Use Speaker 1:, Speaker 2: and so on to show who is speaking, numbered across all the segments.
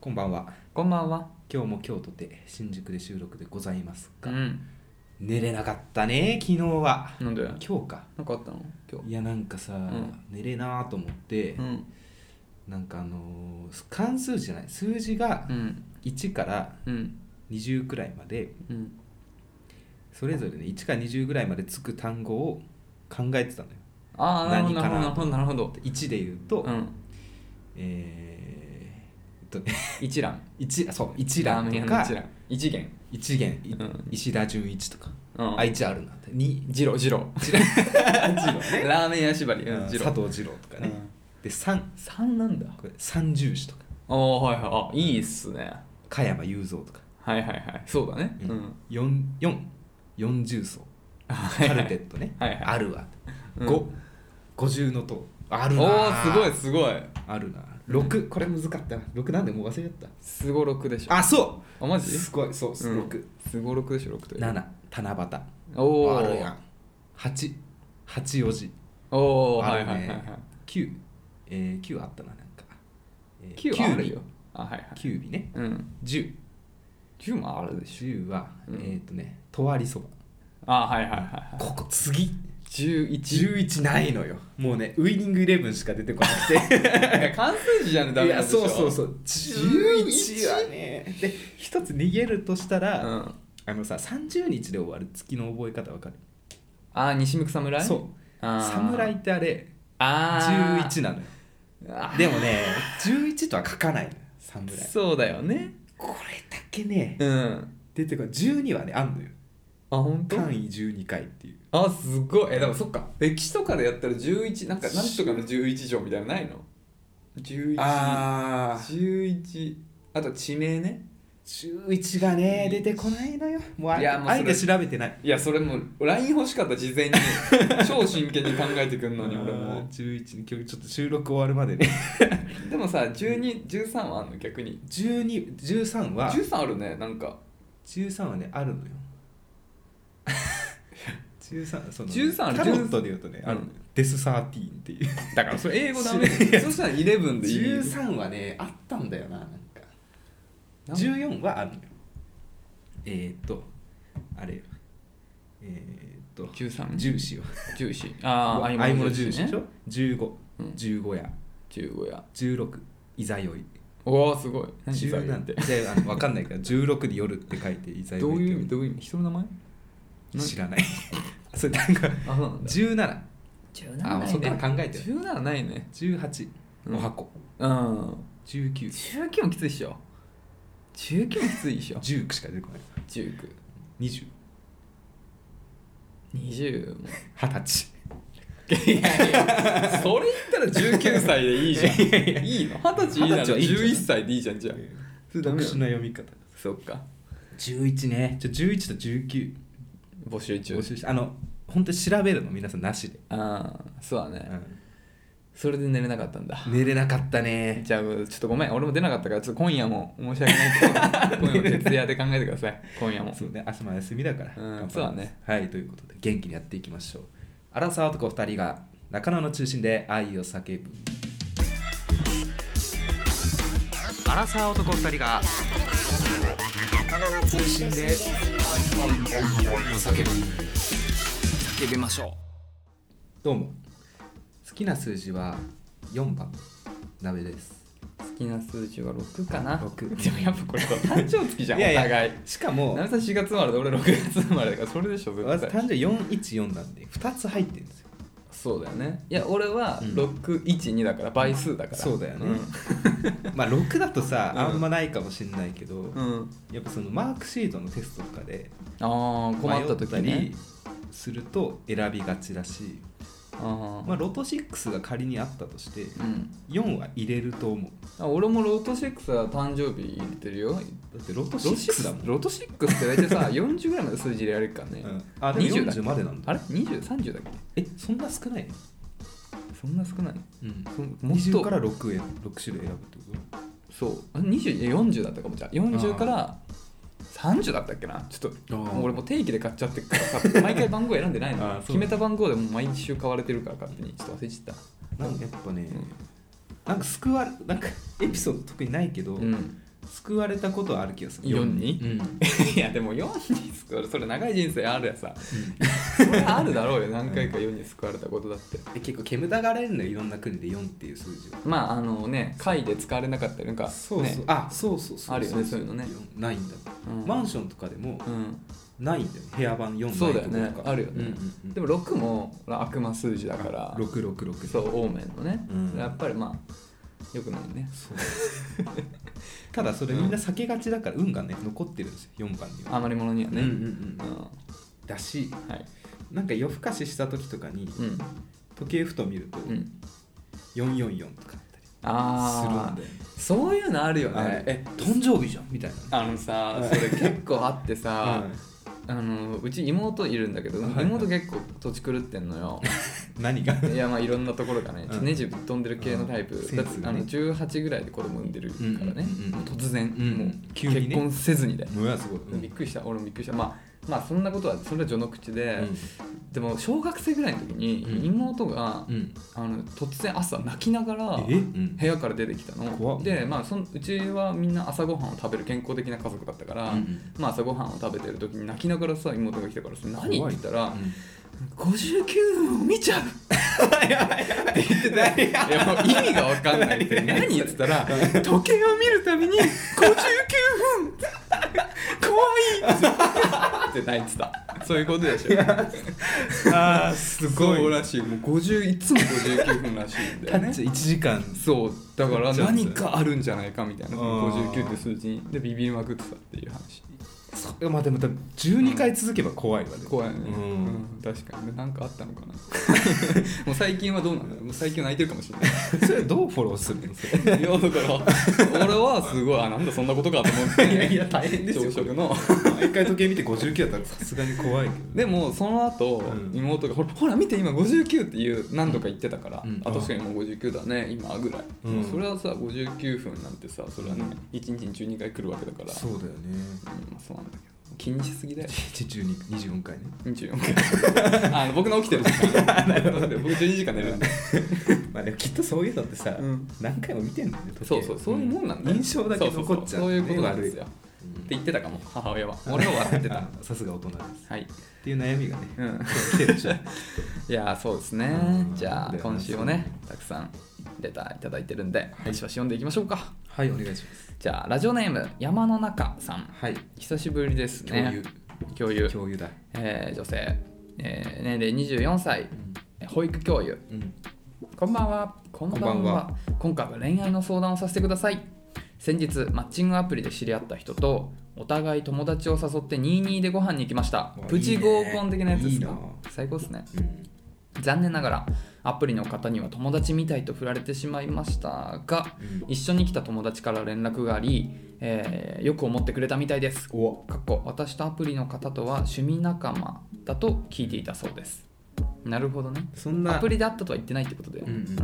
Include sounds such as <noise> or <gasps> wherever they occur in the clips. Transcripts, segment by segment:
Speaker 1: こんばんは
Speaker 2: こんばんは。
Speaker 1: 今日も京都で新宿で収録でございます
Speaker 2: う
Speaker 1: が、
Speaker 2: ん。
Speaker 1: 寝れなかったね昨日は
Speaker 2: なんでな
Speaker 1: 今日か
Speaker 2: んかあったの今日。
Speaker 1: いやなんかさ、
Speaker 2: ん
Speaker 1: 寝れなーと思って、
Speaker 2: うん。
Speaker 1: なんかあのー関数じゃない数字が
Speaker 2: うん。
Speaker 1: 1から
Speaker 2: うん。
Speaker 1: 20くらいまで
Speaker 2: うん。
Speaker 1: それぞれね1から20ぐらいまでつく単語を考えてたのよ
Speaker 2: ああ、なるほ
Speaker 1: 何
Speaker 2: ど、な
Speaker 1: かな
Speaker 2: るほど、なるほど。
Speaker 1: 1で言うと、
Speaker 2: うん。
Speaker 1: えー、っとね
Speaker 2: 一覧。
Speaker 1: 一そう一
Speaker 2: ラー
Speaker 1: 覧
Speaker 2: メン
Speaker 1: と
Speaker 2: 屋
Speaker 1: か
Speaker 2: の一覧。一元。
Speaker 1: 一元、い
Speaker 2: うん
Speaker 1: 石田純一とか、
Speaker 2: うん。
Speaker 1: あい。つあるなって二
Speaker 2: ジロ、ジロ。 <laughs> ラーメン屋縛り。
Speaker 1: う
Speaker 2: うんん、ジロ
Speaker 1: 佐。藤二郎とかね、
Speaker 2: うん
Speaker 1: で三
Speaker 2: 三なんだ。
Speaker 1: これ三重視とか
Speaker 2: ああ、はいはい。あ、いいっすね。
Speaker 1: 加山雄三とか、
Speaker 2: はいはいはい。そうだね。うん。
Speaker 1: 四四四重奏カルテットね
Speaker 2: はいはい
Speaker 1: あるわ
Speaker 2: うん
Speaker 1: 五五重の塔あ
Speaker 2: お
Speaker 1: るな
Speaker 2: おー、すごい、すごい。
Speaker 1: あるな六これ難かったな六なんでもう忘れちゃっ
Speaker 2: すごろくでしょ。
Speaker 1: たあそ
Speaker 2: あ、マ
Speaker 1: う
Speaker 2: ジ
Speaker 1: すごいそう
Speaker 2: うん
Speaker 1: 六
Speaker 2: すごろくでしょ、六という。
Speaker 1: 七七夕
Speaker 2: おお。
Speaker 1: あるやん八八四時
Speaker 2: おお、
Speaker 1: あ
Speaker 2: は
Speaker 1: る
Speaker 2: い
Speaker 1: ね
Speaker 2: はいはいはい。
Speaker 1: 九えー九あったななんかえー
Speaker 2: 九
Speaker 1: 九尾
Speaker 2: あるよ。あ、はいはい。
Speaker 1: 九尾ね
Speaker 2: うん。
Speaker 1: 十
Speaker 2: 10もあるでしょ
Speaker 1: 十は
Speaker 2: うん
Speaker 1: えっとねとわりそば
Speaker 2: あはいはいはいはい
Speaker 1: ここ次
Speaker 2: 11
Speaker 1: 11ないのよもうねウイニングイレブンしか出てこなくて
Speaker 2: 関数字じゃ <laughs> んダ
Speaker 1: い
Speaker 2: メなん
Speaker 1: や
Speaker 2: でし
Speaker 1: そ
Speaker 2: ょ、
Speaker 1: うそうそうう11はねで一つ逃げるとした
Speaker 2: う
Speaker 1: ら、
Speaker 2: ん、
Speaker 1: あのさ30日で終わる月の覚え方わかる
Speaker 2: あ西向く侍
Speaker 1: そう
Speaker 2: あー
Speaker 1: 侍ってあれ
Speaker 2: あー
Speaker 1: 11なのよ
Speaker 2: あ
Speaker 1: でもね11とは書かないのよ侍
Speaker 2: そうだよね
Speaker 1: これだけね
Speaker 2: うん
Speaker 1: 出てこない12はねあんのよ
Speaker 2: あ本当
Speaker 1: 単位12回っていう
Speaker 2: あすごいえでもそっか歴史とかでやったら11なんかなんとかの11条みたいなのないの ?11
Speaker 1: あ
Speaker 2: 11あと地名ね
Speaker 1: 11がね出てこないのよもうあ
Speaker 2: いやもうそれ
Speaker 1: あえて調べてない
Speaker 2: いやそれもう LINE 欲しかった事前 <laughs> に超真剣に考えてくんのに俺も
Speaker 1: 11に今日ちょっと収録終わるまでね
Speaker 2: でもさ1213はあんの逆に
Speaker 1: 12 13は
Speaker 2: 13あるねなんか
Speaker 1: 13はねあるのよ <laughs> 13その
Speaker 2: 13ある
Speaker 1: タロットで言うとね
Speaker 2: 13
Speaker 1: あるのよ、デス13っていう
Speaker 2: だからそれ英語ダメ <laughs> そしたら11でいい
Speaker 1: 13はねあったんだよななんか14はあるのよえー、っとあれよえー、っと
Speaker 2: 13
Speaker 1: 重視よ
Speaker 2: 重視ああ
Speaker 1: 合い物重視でしょ1515、
Speaker 2: うん
Speaker 1: 15や
Speaker 2: 15や
Speaker 1: 16いざよい
Speaker 2: おおすごい何
Speaker 1: 十
Speaker 2: な
Speaker 1: なんん
Speaker 2: て
Speaker 1: てじゃあのわかんないから16に夜って書いていざよ
Speaker 2: どう
Speaker 1: いっ
Speaker 2: いう意
Speaker 1: て
Speaker 2: 味どういう意味人の名前
Speaker 1: 読む知らない <laughs> それなんか
Speaker 2: あそうなんだ
Speaker 1: 17
Speaker 2: 17
Speaker 1: あもうそっから考えてる
Speaker 2: 17ないね
Speaker 1: 18
Speaker 2: うん
Speaker 1: お箱
Speaker 2: うん
Speaker 1: 1919
Speaker 2: 19もきついでしょ19もきついでしょ
Speaker 1: しか出てこない2020
Speaker 2: 1920も
Speaker 1: 歳
Speaker 2: いやいやそれ言ったら19歳でいいじゃんいいの二十歳いいな
Speaker 1: 二十歳はいいん
Speaker 2: ら
Speaker 1: じゃない
Speaker 2: 11歳でいいじゃんじゃあそれダ
Speaker 1: 特
Speaker 2: メ
Speaker 1: 殊
Speaker 2: よ
Speaker 1: な読み方
Speaker 2: そっか
Speaker 1: 11ねじゃ11と19
Speaker 2: 募集中
Speaker 1: 募集してあの本当に調べるの皆さんなしで、
Speaker 2: ああそうだ
Speaker 1: う
Speaker 2: ね、
Speaker 1: ん
Speaker 2: それで寝れなかったんだ
Speaker 1: 寝れなかったね
Speaker 2: じゃあちょっとごめん俺も出なかったからちょっと今夜も申し訳ないけど今夜も徹夜で考えてください今夜
Speaker 1: <laughs>
Speaker 2: も
Speaker 1: そうね明日も休みだから、
Speaker 2: ん
Speaker 1: 頑張ります
Speaker 2: そうだね
Speaker 1: はいということで元気にやっていきましょうアラサー男2人が中野の中心で愛を叫ぶアラサー男2人が中野の中心で愛を叫ぶ
Speaker 2: 叫びましょ
Speaker 1: どうも好きな数字は4番鍋です
Speaker 2: う好きな数字は6かな
Speaker 1: 六
Speaker 2: でもやっぱこれ誕生月じゃん
Speaker 1: いやいや
Speaker 2: お互い
Speaker 1: しかも
Speaker 2: なみさん4月生まれで俺6月生まれだからそれでしょ絶
Speaker 1: 私
Speaker 2: 対
Speaker 1: 誕生日414なんで2つ入ってるんですよ
Speaker 2: そうだよねいや俺は612だから倍数だから
Speaker 1: そうだよねまあ6だとさ、あんまないかもしれないけど、
Speaker 2: うん、うん
Speaker 1: やっぱそのマークシートのテストとかで
Speaker 2: ああ困った時
Speaker 1: 迷
Speaker 2: ね
Speaker 1: すると選びがちだし、
Speaker 2: ああ、
Speaker 1: まあ、ロト6が仮にあったとして
Speaker 2: うん
Speaker 1: 4は入れると思う
Speaker 2: あ俺もロト6は誕生日入れてるよ
Speaker 1: だってロト
Speaker 2: ロ
Speaker 1: 6だもん、
Speaker 2: ロト6って大体さ40ぐらいまで数字入れられるからね、
Speaker 1: うん、あでも
Speaker 2: 20だ
Speaker 1: 40までなんだ
Speaker 2: あれ ?2030 だっけ
Speaker 1: えそんな少ないの、
Speaker 2: そんな少ない
Speaker 1: うん、
Speaker 2: そんもっ
Speaker 1: 20
Speaker 2: と
Speaker 1: から6へ6種類選ぶってこ
Speaker 2: そうあ20いや40だったかもじゃあ40から30だったっけなちょっ
Speaker 1: あー
Speaker 2: ともう俺もう定期で買っちゃってるから
Speaker 1: <laughs>
Speaker 2: さ毎回番号選んでない
Speaker 1: あー
Speaker 2: の
Speaker 1: そう
Speaker 2: 決めた番号でもう毎週買われてるから勝手にちょっと忘れちゃっ
Speaker 1: となんかやっぱね、
Speaker 2: うん
Speaker 1: なんか救われなんかエピソード特にないけど、
Speaker 2: たうん <laughs>
Speaker 1: 救われたことはある気がする
Speaker 2: 4
Speaker 1: に
Speaker 2: に
Speaker 1: うん、
Speaker 2: いやでも4に救われそれ長い人生あるやさそれあるだろうよ何回か4に救われたことだって
Speaker 1: で結構煙たがられるのよいろんな国で4っていう数字は
Speaker 2: まああのね会で使われなかったりなんか
Speaker 1: そうそう、
Speaker 2: ね
Speaker 1: あそうそうそう
Speaker 2: あるよねそういうのね
Speaker 1: 4ないんだって、
Speaker 2: うん
Speaker 1: マンションとかでも
Speaker 2: うん、
Speaker 1: ないんだよね部屋版4ない
Speaker 2: そうだよ
Speaker 1: ところ
Speaker 2: ね
Speaker 1: とか
Speaker 2: あるよね、
Speaker 1: うんうんうん
Speaker 2: でも6も悪魔数字だから
Speaker 1: 666
Speaker 2: そうオーメンのね、
Speaker 1: うん
Speaker 2: やっぱりまあよくないね
Speaker 1: そうただそれみんな避けがちだから運がね残ってるんですよ4番には
Speaker 2: 余り物にはね、
Speaker 1: うんうん
Speaker 2: う
Speaker 1: うんんだし
Speaker 2: はい
Speaker 1: なんか夜更かしした時とかに
Speaker 2: うん
Speaker 1: 時計ふと見ると
Speaker 2: うん
Speaker 1: 444とかあったりする
Speaker 2: あ
Speaker 1: ん
Speaker 2: あ
Speaker 1: で
Speaker 2: そういうのあるよ
Speaker 1: あ
Speaker 2: ね
Speaker 1: るえ誕生日じゃんみたいな
Speaker 2: あのさ
Speaker 1: はい
Speaker 2: それ結構あっ
Speaker 1: <laughs>
Speaker 2: てさ、
Speaker 1: うん
Speaker 2: あのうち妹いるんだけど
Speaker 1: はい
Speaker 2: 妹結構土地狂ってんのよ
Speaker 1: 何が <laughs>
Speaker 2: いやまあいろんなところがね
Speaker 1: うん
Speaker 2: ネジぶっ飛んでる系のタイプ、
Speaker 1: うん
Speaker 2: だってあの
Speaker 1: セン
Speaker 2: 18ぐらいで子供産んでるからね、
Speaker 1: うんうんうん
Speaker 2: もう突然、
Speaker 1: うん
Speaker 2: もう
Speaker 1: 急にね
Speaker 2: 結婚せずにだよ、
Speaker 1: うわすごいうん
Speaker 2: びっくりした俺もびっくりしたまあまあそんなことはそれは序の口で、
Speaker 1: う
Speaker 2: でも小学生ぐらいの時
Speaker 1: うん
Speaker 2: に妹が、
Speaker 1: んうん
Speaker 2: あの突然朝泣きながら
Speaker 1: えうん
Speaker 2: 部屋から出てきた
Speaker 1: 怖
Speaker 2: の
Speaker 1: っ
Speaker 2: で、まあ、そのうちはみんな朝ごはんを食べる健康的な家族だったから、
Speaker 1: うんうん
Speaker 2: まあ、朝ごはんを食べてる時に泣きながらさ妹が来たからさ何って
Speaker 1: 怖い
Speaker 2: 言ったら
Speaker 1: うん
Speaker 2: 「59分を見ちゃう! 」って言ってたいやもう意味が分かんないって何言ってたら「時計を見るたびに59分怖い!」
Speaker 1: <laughs>
Speaker 2: って泣いてたそういうことでしょ
Speaker 1: あーすご
Speaker 2: そう
Speaker 1: い
Speaker 2: らしいもう50いつも59分らしいんだよ <laughs> ね
Speaker 1: 1時間
Speaker 2: そうだから
Speaker 1: ちょっと
Speaker 2: 何かあるんじゃないかみたいな
Speaker 1: あー
Speaker 2: 59って数字にでビビりまくってたっていう話
Speaker 1: そうまあでも多分12回続けば怖いわね
Speaker 2: 怖いよね、
Speaker 1: う
Speaker 2: うん
Speaker 1: ん
Speaker 2: 確かにね何かあったの <laughs> かなもう最近はどうなんだろうもう最近は泣いてるかもしれない
Speaker 1: それどうフォローするんですか
Speaker 2: いやだから俺はすごいあなんだそんなことかと思って <laughs>
Speaker 1: いやいや大変ですよ
Speaker 2: 朝食の
Speaker 1: 毎回時計見て59だったらさすがに怖いけど
Speaker 2: でもその後、
Speaker 1: うん
Speaker 2: 妹がほらほら見て今59っていう何度か言ってたから、
Speaker 1: うん
Speaker 2: あ確かにもう59だね今ぐらい、
Speaker 1: うん
Speaker 2: それはさ59分なんてさそれはね
Speaker 1: うん
Speaker 2: 1日に12回来るわけだから
Speaker 1: そうだよね
Speaker 2: うんまあ、そうなんだけど気にしすぎだよ
Speaker 1: 24回ね
Speaker 2: 24
Speaker 1: <laughs>
Speaker 2: 回あの僕の起きてる時間なんで僕12時間寝るんで
Speaker 1: まあでもきっとそういうのってさ、
Speaker 2: うん
Speaker 1: 何回も見てんだよね時計
Speaker 2: そうそうそういうもんなんだよ、
Speaker 1: 印象だけ残っちゃう
Speaker 2: そうそうそうそう
Speaker 1: ね
Speaker 2: いうことなんですよっ
Speaker 1: 悪
Speaker 2: て
Speaker 1: いうん
Speaker 2: 言ってたかも母親は俺
Speaker 1: <laughs>
Speaker 2: は笑ってた
Speaker 1: さすが大人です
Speaker 2: はい、
Speaker 1: っていう悩みがね
Speaker 2: うん、
Speaker 1: 来てるでしょ
Speaker 2: いやーそうですね
Speaker 1: うん
Speaker 2: じゃ
Speaker 1: だよ
Speaker 2: あ
Speaker 1: ね
Speaker 2: 今週もねたくさんレターいただいてるんで、バシバシ読んでいきましょうか
Speaker 1: <laughs> はいお願いします
Speaker 2: じゃあラジオネーム山の中さん
Speaker 1: はい
Speaker 2: 久しぶりですね共有
Speaker 1: 共有だ
Speaker 2: えー女性、えー年齢24歳えー保育教諭
Speaker 1: うん、
Speaker 2: こんばんは。こんばんは。
Speaker 1: こんばんは
Speaker 2: 今回は恋愛の相談をさせてください。先日マッチングアプリで知り合った人とお互い友達を誘って22でご飯に行きました
Speaker 1: いいね
Speaker 2: プチ合コン的なやつですか
Speaker 1: いいな
Speaker 2: 最高ですね
Speaker 1: うん、
Speaker 2: 残念ながらアプリの方には友達みたいと振られてしまいましたが
Speaker 1: うん
Speaker 2: 一緒に来た友達から連絡があり、えーよく思ってくれたみたいです
Speaker 1: お
Speaker 2: かっこ私とアプリの方とは趣味仲間だと聞いていたそうですなるほどね
Speaker 1: そんな
Speaker 2: アプリであったとは言ってないってことだよ、
Speaker 1: うんうん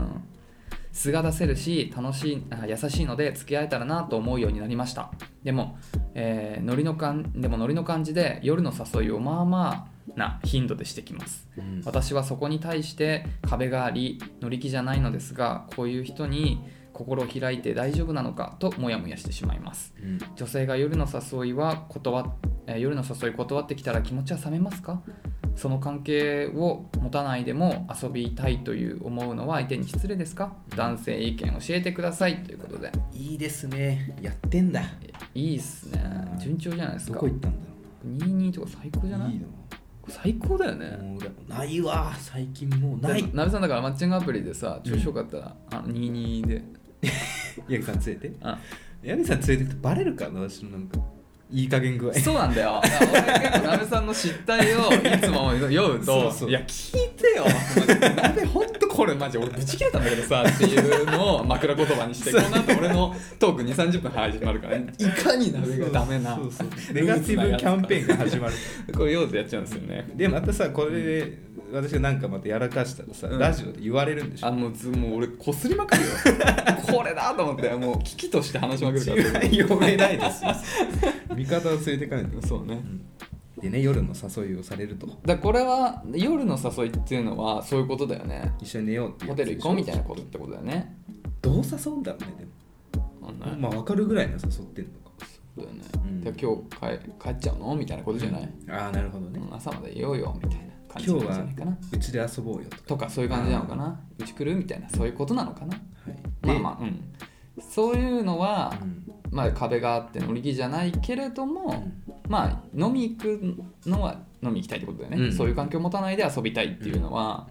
Speaker 2: 素が出せるし楽しいあ優しいので付き合えたらなと思うようになりましたでも、えーノリのかんでもノリの感じで夜の誘いをまあまあな頻度でしてきます
Speaker 1: うん
Speaker 2: 私はそこに対して壁があり乗り気じゃないのですがこういう人に心を開いて大丈夫なのかとモヤモヤしてしまいます
Speaker 1: うん
Speaker 2: 女性が夜の誘いは断っ、えー夜の誘い断ってきたら気持ちは冷めますかその関係を持たないでも遊びたいという思うのは相手に失礼ですか男性意見教えてくださいということで
Speaker 1: いいですねやってんだ
Speaker 2: いいっすね
Speaker 1: うん
Speaker 2: 順調じゃないです
Speaker 1: ど
Speaker 2: か
Speaker 1: こ行ったんだ
Speaker 2: 22とか最高じゃ
Speaker 1: ろう
Speaker 2: ない
Speaker 1: いい
Speaker 2: 最高だよね、
Speaker 1: なもう俺ないわ最近もうない
Speaker 2: なべさんだからマッチングアプリでさ調子よかったら、あの22で
Speaker 1: 八木さん連れて
Speaker 2: あ
Speaker 1: 八木さん連れてくとバレるかな私のなんかいい加減具合
Speaker 2: そうなんだよだから俺結構なべさんの失態をいつも酔うと
Speaker 1: そうそう
Speaker 2: いや聞いてよマジでなべほんとこれマジ俺ぶち切れたんだけどさっていうのを枕言葉にしてこの後俺のトーク2 3 0分始まるからねいかになべがダメな
Speaker 1: そうそう <laughs> ネガティブキャンペーンが始まる
Speaker 2: これ酔うとやっちゃうんですよね
Speaker 1: でまたさこれで私がなんかまたやらかしたらさ、
Speaker 2: うん
Speaker 1: ラジオで言われるんでし
Speaker 2: あ
Speaker 1: ょ
Speaker 2: もうずもう俺こすりまくるよこれだと思ってもう危機として話しまくるから
Speaker 1: 読めないですよ <laughs> 味方を連れてかないと、
Speaker 2: そうね
Speaker 1: でね夜の誘いをされると
Speaker 2: だからこれは夜の誘いっていうのはそういうことだよね
Speaker 1: 一緒に寝ようっていう
Speaker 2: ホ
Speaker 1: やつ
Speaker 2: テ
Speaker 1: でしょ
Speaker 2: ル行こうみたいなことってことだよね
Speaker 1: どう誘うんだろうねでも
Speaker 2: うんない、
Speaker 1: まあ分かるぐらいな誘ってんのか
Speaker 2: そうだよね、
Speaker 1: うん
Speaker 2: で今日帰帰っちゃうのみたいなことじゃない、
Speaker 1: ああなるほどね
Speaker 2: うん朝までいようよみたいな感じ
Speaker 1: 今
Speaker 2: な
Speaker 1: 日
Speaker 2: んじゃ
Speaker 1: は
Speaker 2: ないかな
Speaker 1: うちで遊ぼうよとか
Speaker 2: とかそういう感じなのかなうち来るみたいなそういうことなのかなまあまあうんそういうのは、
Speaker 1: うん
Speaker 2: まあ、壁があって乗り気じゃないけれども、まあ飲み行くのは飲み行きたいってことだよね、
Speaker 1: うん
Speaker 2: そういう環境を持たないで遊びたいっていうのは、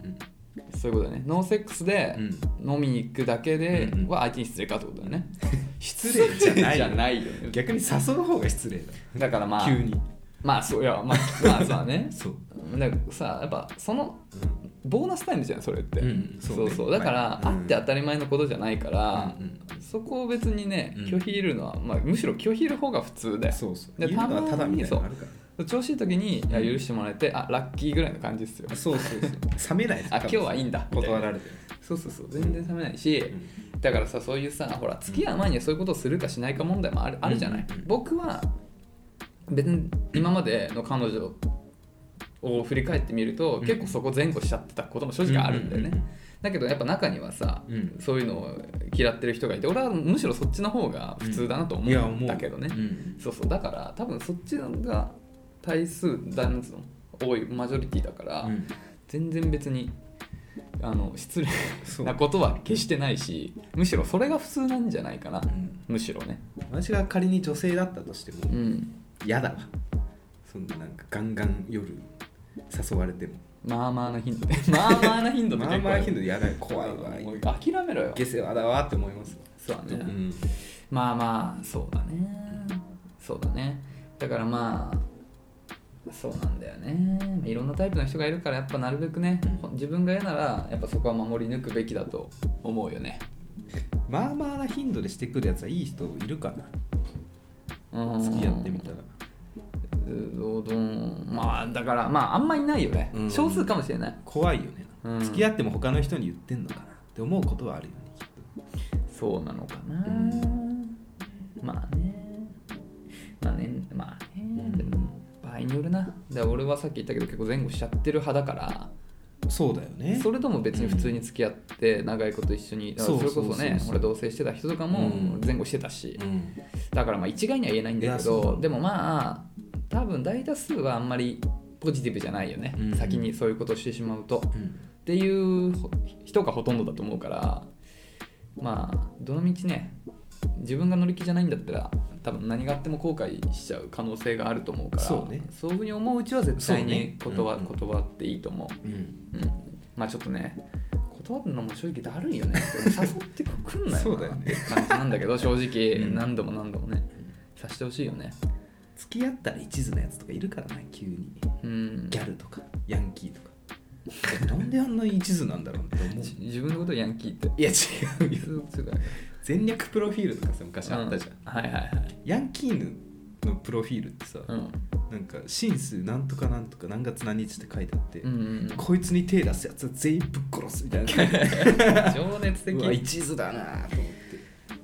Speaker 2: そういうことだよねノーセックスで
Speaker 1: うん
Speaker 2: 飲みに行くだけで
Speaker 1: うんうん
Speaker 2: は相手に失礼かってことだよね、
Speaker 1: <laughs> 失礼じゃない
Speaker 2: <laughs> 失礼よね
Speaker 1: 逆に誘う方が失礼だ
Speaker 2: だからまあ
Speaker 1: 急に
Speaker 2: まあそういやまあまあさね
Speaker 1: そう
Speaker 2: だからさやっぱそのボーナスタイムじゃんそれって、
Speaker 1: うん
Speaker 2: そ
Speaker 1: そうう
Speaker 2: そう
Speaker 1: ね
Speaker 2: だから、
Speaker 1: はい
Speaker 2: あって当たり前のことじゃないから、
Speaker 1: うんうん
Speaker 2: そこを別にね
Speaker 1: うん
Speaker 2: 拒否いるのは、まあ、むしろ拒否いる方が普通で
Speaker 1: そうそう
Speaker 2: で
Speaker 1: 言うのはただみたいなのあるか
Speaker 2: 調子いい時にいや
Speaker 1: うん
Speaker 2: 許してもらえてあラッキーぐらいの感じですよ
Speaker 1: らそうそうそう冷めない
Speaker 2: あ今日はいいんだみたいな
Speaker 1: 断られて
Speaker 2: そうそうそう全然冷めないし、
Speaker 1: る
Speaker 2: だからさそういうさほら付き合う前にはそういうことをするかしないか問題もある,、あるじゃない
Speaker 1: うんうん
Speaker 2: 僕は別に今までの彼女を振り返ってみると、
Speaker 1: うん
Speaker 2: 結構そこ前後しちゃってたことも正直あるんだよね、
Speaker 1: うんうんうん
Speaker 2: だけどやっぱ中にはさ、
Speaker 1: うん
Speaker 2: そういうのを嫌ってる人がいて俺はむしろそっちの方が普通だなと思
Speaker 1: いや
Speaker 2: う
Speaker 1: 思
Speaker 2: ん
Speaker 1: う
Speaker 2: だけどね、
Speaker 1: うん
Speaker 2: そうそうだから多分そっちのが対数だなんつうの多いマジョリティだから、
Speaker 1: うん
Speaker 2: 全然別にあの失礼
Speaker 1: そう
Speaker 2: なことは決してないしむしろそれが普通なんじゃないかな、
Speaker 1: うん
Speaker 2: むしろね
Speaker 1: 私が仮に女性だったとしても
Speaker 2: うん
Speaker 1: 嫌だわそんななんかガンガン夜誘われても
Speaker 2: まあまあな頻度で <laughs> まあまあな頻度で
Speaker 1: まあまあ頻度で嫌だよ怖いわ
Speaker 2: もう諦めろよ
Speaker 1: 下世話だわって思います
Speaker 2: そうだね、
Speaker 1: うん
Speaker 2: まあまあそうだねそうだねだからまあそうなんだよねまあいろんなタイプの人がいるからやっぱなるべくね
Speaker 1: うん
Speaker 2: 自分が嫌ならやっぱそこは守り抜くべきだと思うよね
Speaker 1: まあまあな頻度でしてくるやつはいい人いるかな
Speaker 2: 付
Speaker 1: 付き合ってみたら
Speaker 2: どうどんまあだからまああんまいないよね、
Speaker 1: うん
Speaker 2: 少数かもしれない
Speaker 1: 怖いよね、
Speaker 2: うん
Speaker 1: 付き合っても他の人に言ってんのかなって思うことはあるよねきっ
Speaker 2: そうなのかな、
Speaker 1: うん
Speaker 2: まあねまあねまあ
Speaker 1: う
Speaker 2: ね、
Speaker 1: ん
Speaker 2: でも場合によるなで俺はさっき言ったけど結構前後しちゃってる派だから
Speaker 1: とそうだよね
Speaker 2: それとも別に普通に付き合って長いこと一緒にだから
Speaker 1: そ
Speaker 2: そ
Speaker 1: う
Speaker 2: れ
Speaker 1: そう
Speaker 2: こそね
Speaker 1: そうそう
Speaker 2: 俺同棲してた人とかも
Speaker 1: うん
Speaker 2: 前後してたし
Speaker 1: うん
Speaker 2: だからまあ一概には言えないんだ
Speaker 1: いや
Speaker 2: け
Speaker 1: そ
Speaker 2: ど
Speaker 1: う
Speaker 2: でもまあ多分大多数はあんまりポジティブじゃないよね
Speaker 1: うん
Speaker 2: 先にそういうことをしてしまうと
Speaker 1: うん
Speaker 2: っていうほ人がほとんどだと思うからまあどの道ね自分が乗り気じゃないんだったら多分何があっても後悔しちゃう可能性があると思うから
Speaker 1: そうね
Speaker 2: そういうふうに思ううちは絶対
Speaker 1: そう
Speaker 2: に
Speaker 1: ね
Speaker 2: 断,、
Speaker 1: うんうん
Speaker 2: 断っていいと思
Speaker 1: う
Speaker 2: う。
Speaker 1: ん
Speaker 2: うん、まあちょっとね断るのも正直だるいよね誘ってくんなよな
Speaker 1: そうだよね
Speaker 2: って感じなんだけど正直
Speaker 1: うん
Speaker 2: 何度も何度もねさしてほしいよね
Speaker 1: 付き合ったら一途なやつとかいるからな急に
Speaker 2: うん
Speaker 1: ギャルとかヤンキーとかえなんであんな一途なんだろうって思う
Speaker 2: じ自分のことヤンキーって
Speaker 1: いや違うよ
Speaker 2: そうそうだ
Speaker 1: 全略プロフィールとかさ昔あったじゃん、
Speaker 2: うんはいはいはい
Speaker 1: ヤンキーのプロフィールってさ、
Speaker 2: うん
Speaker 1: なんか真数なんとかなんとか何月何日って書いてあって、
Speaker 2: うんうんうん
Speaker 1: こいつに手出すやつは全員ぶっ殺すみたいな <laughs>
Speaker 2: 情熱
Speaker 1: うわ
Speaker 2: 的
Speaker 1: 一途だなと思って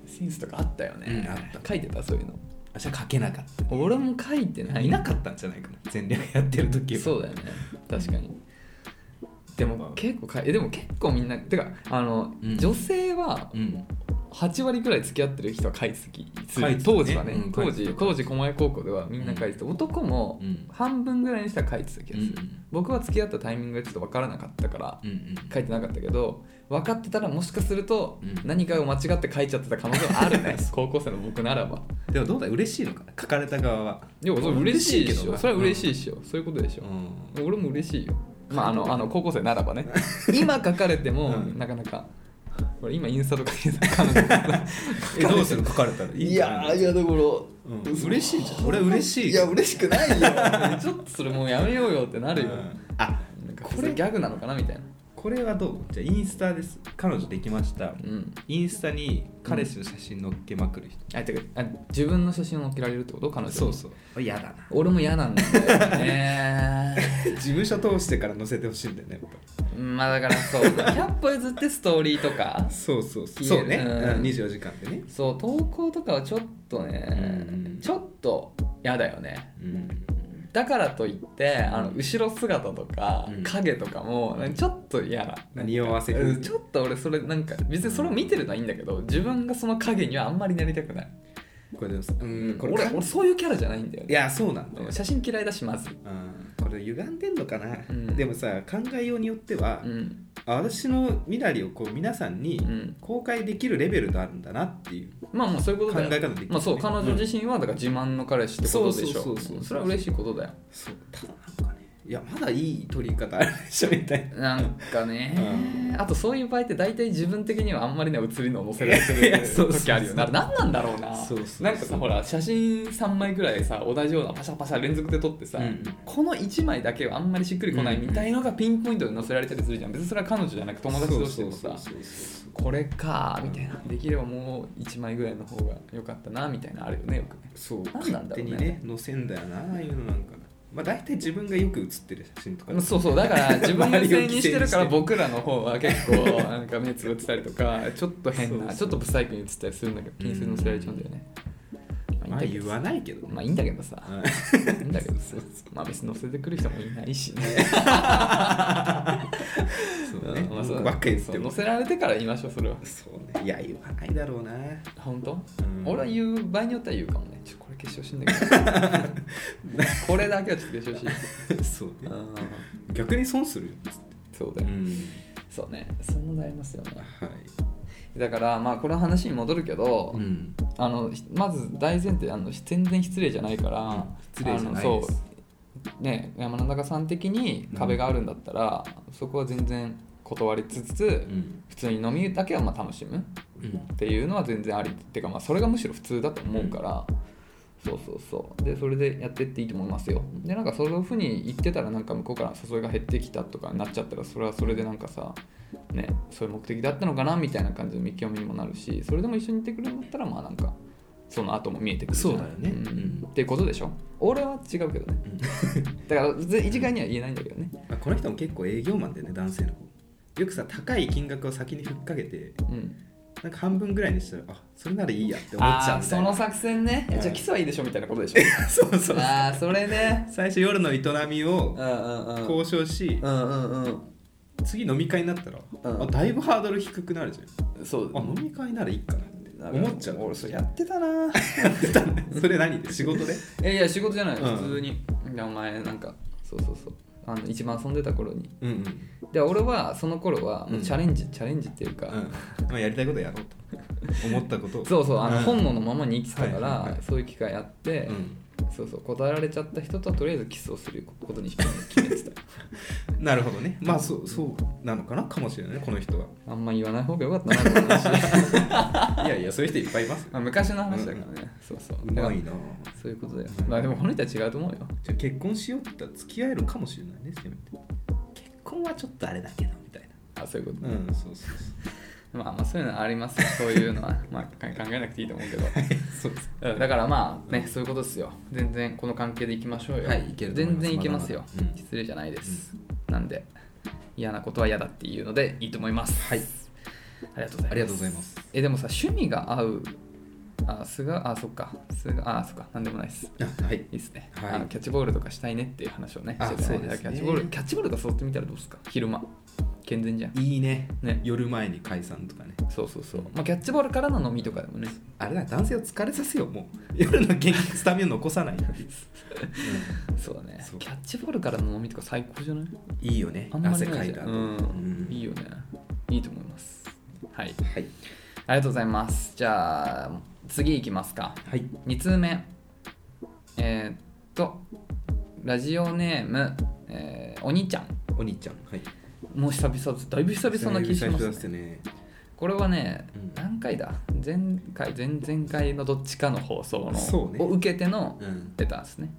Speaker 2: センスとかあったよね、
Speaker 1: うんあった
Speaker 2: 書いてたそういうの
Speaker 1: 私は書けなかった
Speaker 2: 俺も書いてない
Speaker 1: いなかったんじゃないかな全力やってる時は
Speaker 2: そうだよね確かにでも結構かえでも結構みんなてかあの、
Speaker 1: うん
Speaker 2: 女性は
Speaker 1: うん
Speaker 2: 8割くらい付き合ってる人は書いてた
Speaker 1: 書いてたね
Speaker 2: 当時はね、
Speaker 1: うん
Speaker 2: 当
Speaker 1: 書いて
Speaker 2: 時
Speaker 1: た
Speaker 2: 当時狛江高校ではみんな書いてて、男も
Speaker 1: うん
Speaker 2: 半分ぐらいの人は書いてた気がする、
Speaker 1: うん
Speaker 2: 僕は付き合ったタイミングがちょっと分からなかったから
Speaker 1: うんうん
Speaker 2: 書いてなかったけど分かってたらもしかすると
Speaker 1: うん
Speaker 2: 何かを間違って書いちゃってた可能性はあ
Speaker 1: <laughs>
Speaker 2: るね高校生の僕ならば
Speaker 1: でもどうだ嬉しいのかな書かれた側は
Speaker 2: でもそれ嬉しいで
Speaker 1: 嬉しい
Speaker 2: し
Speaker 1: けど
Speaker 2: ょ
Speaker 1: な
Speaker 2: それは嬉しいでしょ、そういうことでしょ、
Speaker 1: う
Speaker 2: 俺も嬉しいよまああのあの高校生なら
Speaker 1: <laughs>
Speaker 2: ばね今書かれても、
Speaker 1: うん
Speaker 2: なかなか俺今インスタとかにさ彼女が
Speaker 1: えどうする書かれたらいいんじゃない
Speaker 2: いやだから、
Speaker 1: うん
Speaker 2: 嬉しいじゃん
Speaker 1: 俺嬉しい
Speaker 2: 嬉しくないよ <laughs> ちょっとそれもうやめようよってなるよ、
Speaker 1: うんあ
Speaker 2: なんか
Speaker 1: これ
Speaker 2: これギャグなのかなみたいな
Speaker 1: これはどうじゃあインスタです彼女できました
Speaker 2: うん
Speaker 1: インスタに彼氏の写真載っけまくる人、
Speaker 2: あてかあ自分の写真を載っけられるってこと彼女に
Speaker 1: そうそう嫌だな
Speaker 2: 俺も嫌なんだよね
Speaker 1: <laughs>
Speaker 2: <laughs>
Speaker 1: 事務所通してから載せてほしいんだよねやっぱ
Speaker 2: まあだからそう100歩譲ってストーリーとか
Speaker 1: そうそうそう
Speaker 2: 消え
Speaker 1: そうね、
Speaker 2: うん
Speaker 1: うん、24時間でね
Speaker 2: そう投稿とかはちょっとね、
Speaker 1: うん
Speaker 2: ちょっと嫌だよね
Speaker 1: うん
Speaker 2: だからといってあの後ろ姿とか
Speaker 1: うん
Speaker 2: 影とかもなんかちょっと嫌ななんか
Speaker 1: 匂わせる
Speaker 2: うんちょっと俺それなんか別にそれを見てるのはいいんだけど自分がその影にはあんまりなりたくない、
Speaker 1: これでもさうんこれ
Speaker 2: 俺
Speaker 1: か
Speaker 2: 俺そういうキャラじゃないんだよ
Speaker 1: い
Speaker 2: ね
Speaker 1: やそうなんだよ
Speaker 2: うん写真嫌いだしまず
Speaker 1: うんこれ歪んでんのかな、
Speaker 2: うん
Speaker 1: でもさ考えようによっては、
Speaker 2: うん
Speaker 1: あ私の身なりをこう皆さんに
Speaker 2: うん
Speaker 1: 公開できるレベルがあるんだなっていう、
Speaker 2: まあもうそういうことだよ
Speaker 1: 考え方できる
Speaker 2: まあそう彼女自身はだから自慢の彼氏ってことでしょ
Speaker 1: そうそうそうそう
Speaker 2: それは嬉しいことだよ
Speaker 1: そうただなんかねいやまだいい取り方あるでしょみたいな
Speaker 2: なんかね、あとそういう場合って大体自分的にはあんまりね映りのを載せら
Speaker 1: い
Speaker 2: れ
Speaker 1: や
Speaker 2: て
Speaker 1: <laughs> そう
Speaker 2: る
Speaker 1: そう
Speaker 2: 時あるよな何なんだろうな
Speaker 1: そうそうそう
Speaker 2: なんかさほら写真3枚ぐらいさ同じようなパシャパシャ連続で撮ってさ、
Speaker 1: うん
Speaker 2: この1枚だけはあんまりしっくりこないみたいのがピンポイントで載せられたりするじゃん別にそれは彼女じゃなく友達同士でもさ
Speaker 1: そうそうそう
Speaker 2: これかみたいなできればもう1枚ぐらいの方が良かったなみたいなのあるよねよくね
Speaker 1: そうそう
Speaker 2: 何なんだ
Speaker 1: 勝手
Speaker 2: ろう
Speaker 1: に
Speaker 2: ね
Speaker 1: ね載せんだよなああいうのなんかまあ大体自分がよく写ってる写真とか
Speaker 2: そうそうだから自分が
Speaker 1: <laughs> 周りを
Speaker 2: 犠牲にしてる
Speaker 1: 犠
Speaker 2: から
Speaker 1: 牲にして
Speaker 2: 僕らの方は結構なんか目つぶってたり
Speaker 1: <laughs>
Speaker 2: とかちょっと変
Speaker 1: そう
Speaker 2: な
Speaker 1: そう
Speaker 2: ちょっとブサイクに映ったりするんだけど
Speaker 1: うん
Speaker 2: 金銭のせられちゃうんだよね
Speaker 1: まあ
Speaker 2: いいんだけ
Speaker 1: 言
Speaker 2: ど
Speaker 1: わないけどね
Speaker 2: まあいいんだけどさ
Speaker 1: うん
Speaker 2: いいんだけどさ <laughs> まあ別に乗せてくる人もいないしね
Speaker 1: <laughs> そうね
Speaker 2: まあそう
Speaker 1: ばっかり言っ
Speaker 2: そ
Speaker 1: て
Speaker 2: う乗
Speaker 1: も
Speaker 2: せられてから言いましょうそれは
Speaker 1: そうねいや言わないだろうな
Speaker 2: 本当
Speaker 1: うん
Speaker 2: 俺は言う場合によっては言うかもねちょこれ決勝しんだけ
Speaker 1: <laughs>
Speaker 2: どこれだけはちょっと決勝し
Speaker 1: そうね
Speaker 2: うん
Speaker 1: 逆に損するよ
Speaker 2: そうだよそうねそんなのありますよね
Speaker 1: はい
Speaker 2: だからまあこの話に戻るけど、
Speaker 1: ん
Speaker 2: あのひまず大前提あの全然失礼じゃないから、
Speaker 1: 失礼じゃない
Speaker 2: あの
Speaker 1: で
Speaker 2: そ
Speaker 1: す
Speaker 2: うね山中さん的に壁があるんだったら、そこは全然断りつつ、
Speaker 1: うん
Speaker 2: 普通に飲みだけはまあ楽しむっていうのは全然ありってかまあそれがむしろ普通だと思うから、そうそうそうでそれでやってっていいと思いますよでなんかそういうふうに言ってたらなんか向こうから誘いが減ってきたとかなっちゃったらそれはそれでなんかさねそういう目的だったのかなみたいな感じの見極めにもなるしそれでも一緒にいてくれるんだったらまあなんかその後も見えてくるじゃん
Speaker 1: そうだよね
Speaker 2: ん
Speaker 1: うん
Speaker 2: っていうことでしょ俺は違うけどね <laughs> だからぜ一概には言えないんだけどね
Speaker 1: まあこの人も結構営業マンでね男性の方よくさ高い金額を先にふっかけて
Speaker 2: うん
Speaker 1: なんか半分ぐらいにしたらあそれならいいやって思っちゃ
Speaker 2: あ
Speaker 1: うみ
Speaker 2: ー
Speaker 1: た
Speaker 2: そ
Speaker 1: い
Speaker 2: の
Speaker 1: な
Speaker 2: 作戦ね、
Speaker 1: うん
Speaker 2: じゃあキスはいいでしょみたいなことでしょ
Speaker 1: そう <laughs> そうそう
Speaker 2: ああそれね
Speaker 1: 最初夜の営みを
Speaker 2: うんうんうん
Speaker 1: 交渉し
Speaker 2: うんうん
Speaker 1: 次飲み会になったら
Speaker 2: うん
Speaker 1: あだいぶハードル低くなるじゃ
Speaker 2: うんそうん
Speaker 1: あ飲み会ならいいかなって思っちゃう
Speaker 2: 俺それやって <laughs> たな
Speaker 1: <laughs> それ何で仕事で
Speaker 2: いやいや仕事じゃない
Speaker 1: うん
Speaker 2: 普通に、いやお前なんかそうそうそうあの一番遊んでた頃に
Speaker 1: うんうん
Speaker 2: で俺はその頃はもううんチャレンジ、チャレンジっていうか、
Speaker 1: まあやりたいことやろうと思ったことを
Speaker 2: そうそうあの
Speaker 1: ん
Speaker 2: 本能のままに生きてたから、
Speaker 1: はいはいはい
Speaker 2: そういう機会あって、そうそう断られちゃった人とはとりあえずキスをすることに決めて <laughs> た
Speaker 1: うんなるほどねまあそうそうなのかなかもしれないねこの人は
Speaker 2: あんま言わない方がよかったなって話 <laughs>
Speaker 1: いやいやそういう人いっぱいいます
Speaker 2: まあ昔の話だからね、そうそう
Speaker 1: うまいな
Speaker 2: そういうことだよまあでもこの人は違うと思うよ
Speaker 1: じゃあ結婚しようって言ったら付き合えるかもしれないねせめて結婚はちょっとあれだけどみたい
Speaker 2: あそういうこと、
Speaker 1: なうんそうそう
Speaker 2: まあまあそういうのはあ
Speaker 1: <laughs>
Speaker 2: りますよそういうのはまあか考えなくていいと思うけど
Speaker 1: そうそうです
Speaker 2: うんだからまあねそういうことですよ全然この関係でいきましょうよ
Speaker 1: はいいけると思い
Speaker 2: 全
Speaker 1: ます
Speaker 2: 然いけますよ
Speaker 1: まだまだうん
Speaker 2: 失礼じゃないです、なんで嫌なことは嫌だっていうのでいいと思いますはいありがとうございま
Speaker 1: <laughs>
Speaker 2: す
Speaker 1: ありがとうございます
Speaker 2: えでもさ趣味が合うあすがあそっかすがあそっかなんでもないです
Speaker 1: あはい
Speaker 2: いいですね、
Speaker 1: はい
Speaker 2: あのキャッチボールとかしたいねっていう話をね
Speaker 1: あ
Speaker 2: してたね
Speaker 1: そうですね
Speaker 2: キャッチボールキャッチボールとか誘ってみたらどうですか昼間健全じゃん
Speaker 1: いいね
Speaker 2: ね
Speaker 1: 夜前に解散とかね
Speaker 2: そうそうそう、まあ、キャッチボールからの飲みとかでもね
Speaker 1: あれだ男性を疲れさせようもう夜の元気スタミナ残さない、 <laughs>
Speaker 2: そうだね
Speaker 1: そう
Speaker 2: キャッチボールからの飲みとか最高じゃない
Speaker 1: いいよね
Speaker 2: あんまり
Speaker 1: 汗
Speaker 2: な
Speaker 1: か
Speaker 2: い
Speaker 1: い
Speaker 2: じ
Speaker 1: た
Speaker 2: ゃん
Speaker 1: 後
Speaker 2: うん、
Speaker 1: うん
Speaker 2: いいよねいいと思いますはい
Speaker 1: はい
Speaker 2: ありがとうございますじゃあ次いきますか
Speaker 1: はい
Speaker 2: 2通目えーっとラジオネーム、えーお兄ちゃん
Speaker 1: お兄ちゃんはい
Speaker 2: もう久々だいぶ久々な気しま
Speaker 1: 久々
Speaker 2: す
Speaker 1: で
Speaker 2: ね
Speaker 1: ね
Speaker 2: これはね、
Speaker 1: うん
Speaker 2: 何回だ前回前々回のどっちかの放送の
Speaker 1: そうね
Speaker 2: を受けての
Speaker 1: うん
Speaker 2: 出たんですね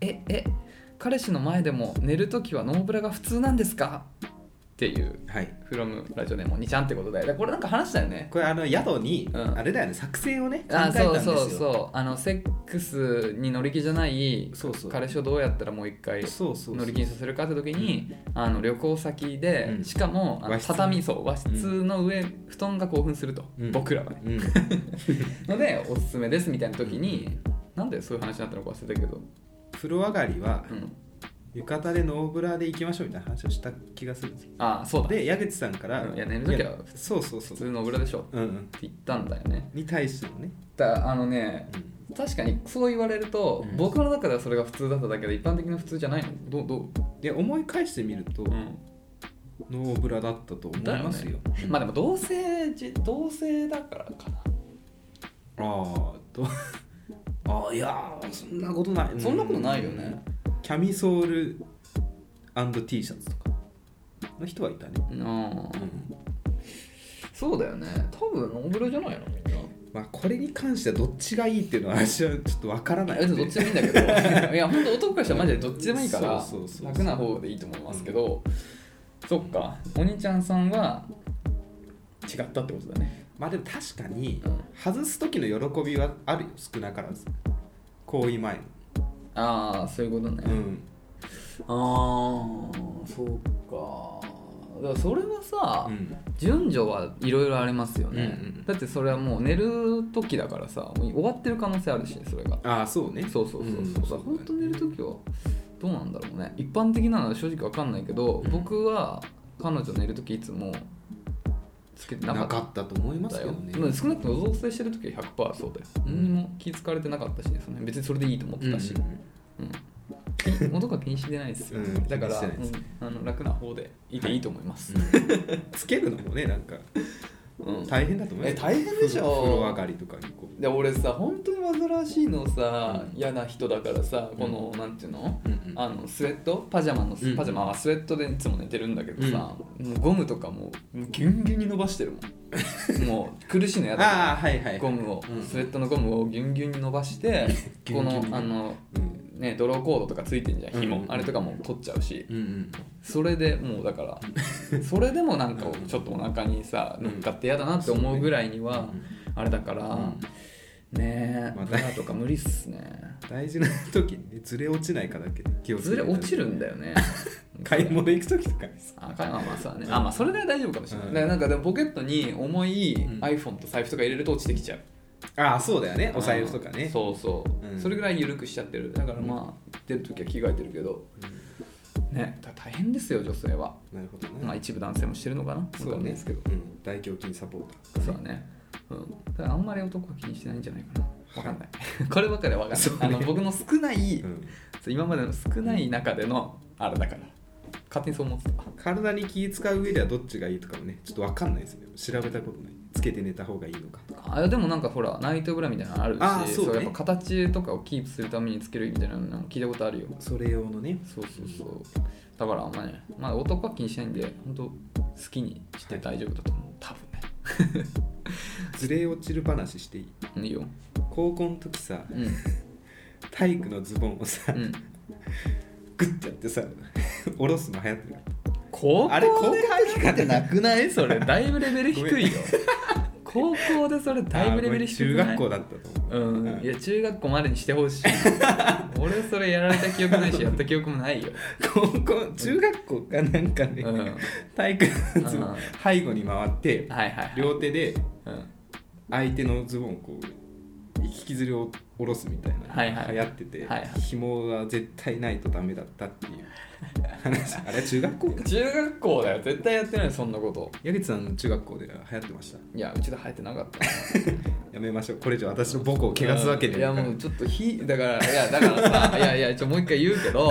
Speaker 2: ええ彼氏の前でも寝るときはノーブラが普通なんですかっていう
Speaker 1: はい
Speaker 2: フロムラジオでもにちゃんってことでだからこれなんか話したよね
Speaker 1: これあの宿に、
Speaker 2: うん
Speaker 1: あれだよね作戦をね考えた
Speaker 2: あ
Speaker 1: んですよ
Speaker 2: そうそうそうあのセックスに乗り気じゃない
Speaker 1: そうそう
Speaker 2: 彼氏をどうやったらもう一回
Speaker 1: そうそうそう
Speaker 2: 乗り気にさせるかって時にあの旅行先で、
Speaker 1: うん
Speaker 2: しかもあの
Speaker 1: 和室
Speaker 2: 畳そう和室の上、布団が興奮すると、
Speaker 1: うん
Speaker 2: 僕らはね
Speaker 1: うん
Speaker 2: のでおすすめですみたいな時に、なんでそういう話になったのか忘れたけど
Speaker 1: 風呂上がりは
Speaker 2: うん、
Speaker 1: 浴衣でノーブラで行きましょうみたいな話をした気がするんですよ
Speaker 2: ああそうだ
Speaker 1: で矢口さんから、
Speaker 2: うんいや寝る時はい
Speaker 1: やそうそうそ
Speaker 2: 普
Speaker 1: う、
Speaker 2: 通の裏でしょ
Speaker 1: うんうん、
Speaker 2: って言ったんだよね
Speaker 1: に対してのね、
Speaker 2: だあのね
Speaker 1: うん
Speaker 2: 確かにそう言われると、
Speaker 1: うん
Speaker 2: 僕の中ではそれが普通だっただけで一般的な普通じゃないのどうどう、
Speaker 1: で思い返してみると、
Speaker 2: うん、
Speaker 1: ノーブラだったと思いますよ。
Speaker 2: だねまあでも同性じ同性だからかな、
Speaker 1: あーとあーいやーそんなことない
Speaker 2: そんなことないよね、
Speaker 1: キャミソール &T シャツとかの人はいたね、
Speaker 2: うん
Speaker 1: うん
Speaker 2: そうだよね多分ノーブラじゃないのみんな
Speaker 1: まあ、これに関してはどっちがいいっていうのは私はちょっとわからない
Speaker 2: 別にどっちでもいいんだけどいや本当男からしたらマジでどっちでもいいから
Speaker 1: そうそうそうそう
Speaker 2: 楽な方でいいと思いますけど、そっかお兄ちゃんさんは違ったってことだね
Speaker 1: まあでも確かに
Speaker 2: うん
Speaker 1: 外す時の喜びはあるよ少なからず行為前の
Speaker 2: ああそういうことね、
Speaker 1: うん
Speaker 2: ああそうかだからそれはさ、
Speaker 1: うん
Speaker 2: 順序はいろいろありますよね、
Speaker 1: うんうん
Speaker 2: だってそれはもう寝る時だからさもう終わってる可能性あるしねそれが
Speaker 1: ああそうね
Speaker 2: そうそうそうそう、
Speaker 1: ん
Speaker 2: だから本当寝る時はどうなんだろうね一般的なのは正直わかんないけど、
Speaker 1: うん
Speaker 2: 僕は彼女寝る時いつもつけてなか
Speaker 1: な
Speaker 2: った
Speaker 1: かったと思いますけど
Speaker 2: よ、
Speaker 1: ね
Speaker 2: まあ少なくとも同棲してる時は100%そうだよ、
Speaker 1: うん
Speaker 2: 何にも気づかれてなかったしねその辺別にそれでいいと思ってたし、
Speaker 1: うん
Speaker 2: うん
Speaker 1: <laughs>
Speaker 2: 男は気にしてないですよ、
Speaker 1: うん
Speaker 2: だか
Speaker 1: 気に
Speaker 2: ら、
Speaker 1: してないですね
Speaker 2: うんあの楽な方でいていいと思います、
Speaker 1: つけるのもねなんか
Speaker 2: うん
Speaker 1: 大変だと思います
Speaker 2: え大変でしょ
Speaker 1: 風呂風呂上がりとかにこ
Speaker 2: で俺さ本当に煩わしいのさ嫌な人だからさ
Speaker 1: ん
Speaker 2: この、なんていうの
Speaker 1: う、うんうん
Speaker 2: あのスウェットパジャマの
Speaker 1: うん
Speaker 2: パジャマはスウェットでいつも寝てるんだけどさ、もうゴムとかもうギュンギュンに伸ばしてる
Speaker 1: <laughs>
Speaker 2: もんもう苦しいのやだ
Speaker 1: ああ
Speaker 2: か
Speaker 1: はいはいは
Speaker 2: ら
Speaker 1: い
Speaker 2: ゴムを、
Speaker 1: うん
Speaker 2: スウェットのゴムをギュンギュンに伸ばして
Speaker 1: <laughs> ギュンギュンに
Speaker 2: このあの
Speaker 1: うん
Speaker 2: ねドローコードとかついてんじゃん紐、
Speaker 1: うんうんうん
Speaker 2: あれとかも取っちゃうし
Speaker 1: うんうん
Speaker 2: それでもう
Speaker 1: <laughs>
Speaker 2: だからそれでもなんかちょっとお腹にさ乗っかって嫌だなって思うぐらいにはあれだから、
Speaker 1: うん
Speaker 2: ねえ、
Speaker 1: まあ
Speaker 2: ブラとか無理っすね
Speaker 1: 大事な時にねずれ落ちないかだけ気をつけ
Speaker 2: ず
Speaker 1: て
Speaker 2: れ落ちるんだよね
Speaker 1: <laughs> 買い物行く時とかにさ
Speaker 2: あかまあまあさねあまあそれなら大丈夫かもしれない、だからなんかでもポケットに重い
Speaker 1: ん
Speaker 2: iPhone と財布とか入れると落ちてきちゃう、
Speaker 1: ああそうだよねお財布とか
Speaker 2: うん
Speaker 1: ね
Speaker 2: そうそう、
Speaker 1: うん
Speaker 2: それぐらい緩くしちゃってるだからまあ出る時は着替えてるけど、ねだから大変ですよ女性は、
Speaker 1: なるほど
Speaker 2: まあ
Speaker 1: ね
Speaker 2: 一部男性もしてるのかな
Speaker 1: そ
Speaker 2: わか
Speaker 1: うん
Speaker 2: な
Speaker 1: ね
Speaker 2: いですけど
Speaker 1: うん大胸筋サポータ
Speaker 2: そうだね。うん、だからあんまり男は気にしてないんじゃないかな。わかんない。 <laughs> こればっかりはわかんない。
Speaker 1: そうね
Speaker 2: あの僕の少ない、
Speaker 1: ーうん
Speaker 2: 今までの少ない中でのあれだから。勝手にそう思ってた。
Speaker 1: 体に気使う上ではどっちがいいとかもねちょっと分かんないですね調べたことないつけて寝た方がいいのかとか
Speaker 2: あでもなんかほらナイトブラみたいなのあるし
Speaker 1: あーそうね
Speaker 2: やっぱ形とかをキープするためにつけるみたいなのも聞いたことあるよ
Speaker 1: それ用のね
Speaker 2: そうそうそうだからまあね、まあ、男は気にしないんで本当好きにして大丈夫だと思う、多
Speaker 1: ずれ落ちる話していい
Speaker 2: 分ねいいよ
Speaker 1: 高校の時さ
Speaker 2: うん
Speaker 1: 体育のズボンをさ、
Speaker 2: うん
Speaker 1: グッてやってさ <laughs> 下ろすの流行ってる
Speaker 2: 高校
Speaker 1: あれ高校の
Speaker 2: で
Speaker 1: 時からなくない
Speaker 2: それだいぶレベル低いよ <laughs> 高校でそれだいぶレベル低
Speaker 1: 中
Speaker 2: くない
Speaker 1: 学校だったと思う、
Speaker 2: うんいや中学校までにしてほし <laughs> い俺それやられた記憶ないしやった記憶もない <laughs> よ、
Speaker 1: 高
Speaker 2: <laughs>
Speaker 1: 校中学校かなんか
Speaker 2: う
Speaker 1: ね、
Speaker 2: ん、はい
Speaker 1: 体育のズボ
Speaker 2: うん
Speaker 1: ン背後に回って
Speaker 2: はいはい、
Speaker 1: 両手で
Speaker 2: うん、
Speaker 1: 相手のズボンをこう引きずりを下ろすみたいな、
Speaker 2: はいはい
Speaker 1: 流行ってて、
Speaker 2: はいはい
Speaker 1: 紐が絶対ないとダメだったっていう <laughs> 話あれ中学校か
Speaker 2: 中学校だよ絶対やってないそんなこと
Speaker 1: 矢口さんの中学校では流行ってました
Speaker 2: いやうちで流行ってなか <laughs> った
Speaker 1: やめましょうこれ以上私の母校を汚すわけに
Speaker 2: いや
Speaker 1: はいかない
Speaker 2: も
Speaker 1: う
Speaker 2: ちょっとひだからいやだから <laughs> さいやいやちょもう一回言うけ
Speaker 1: <laughs>
Speaker 2: ど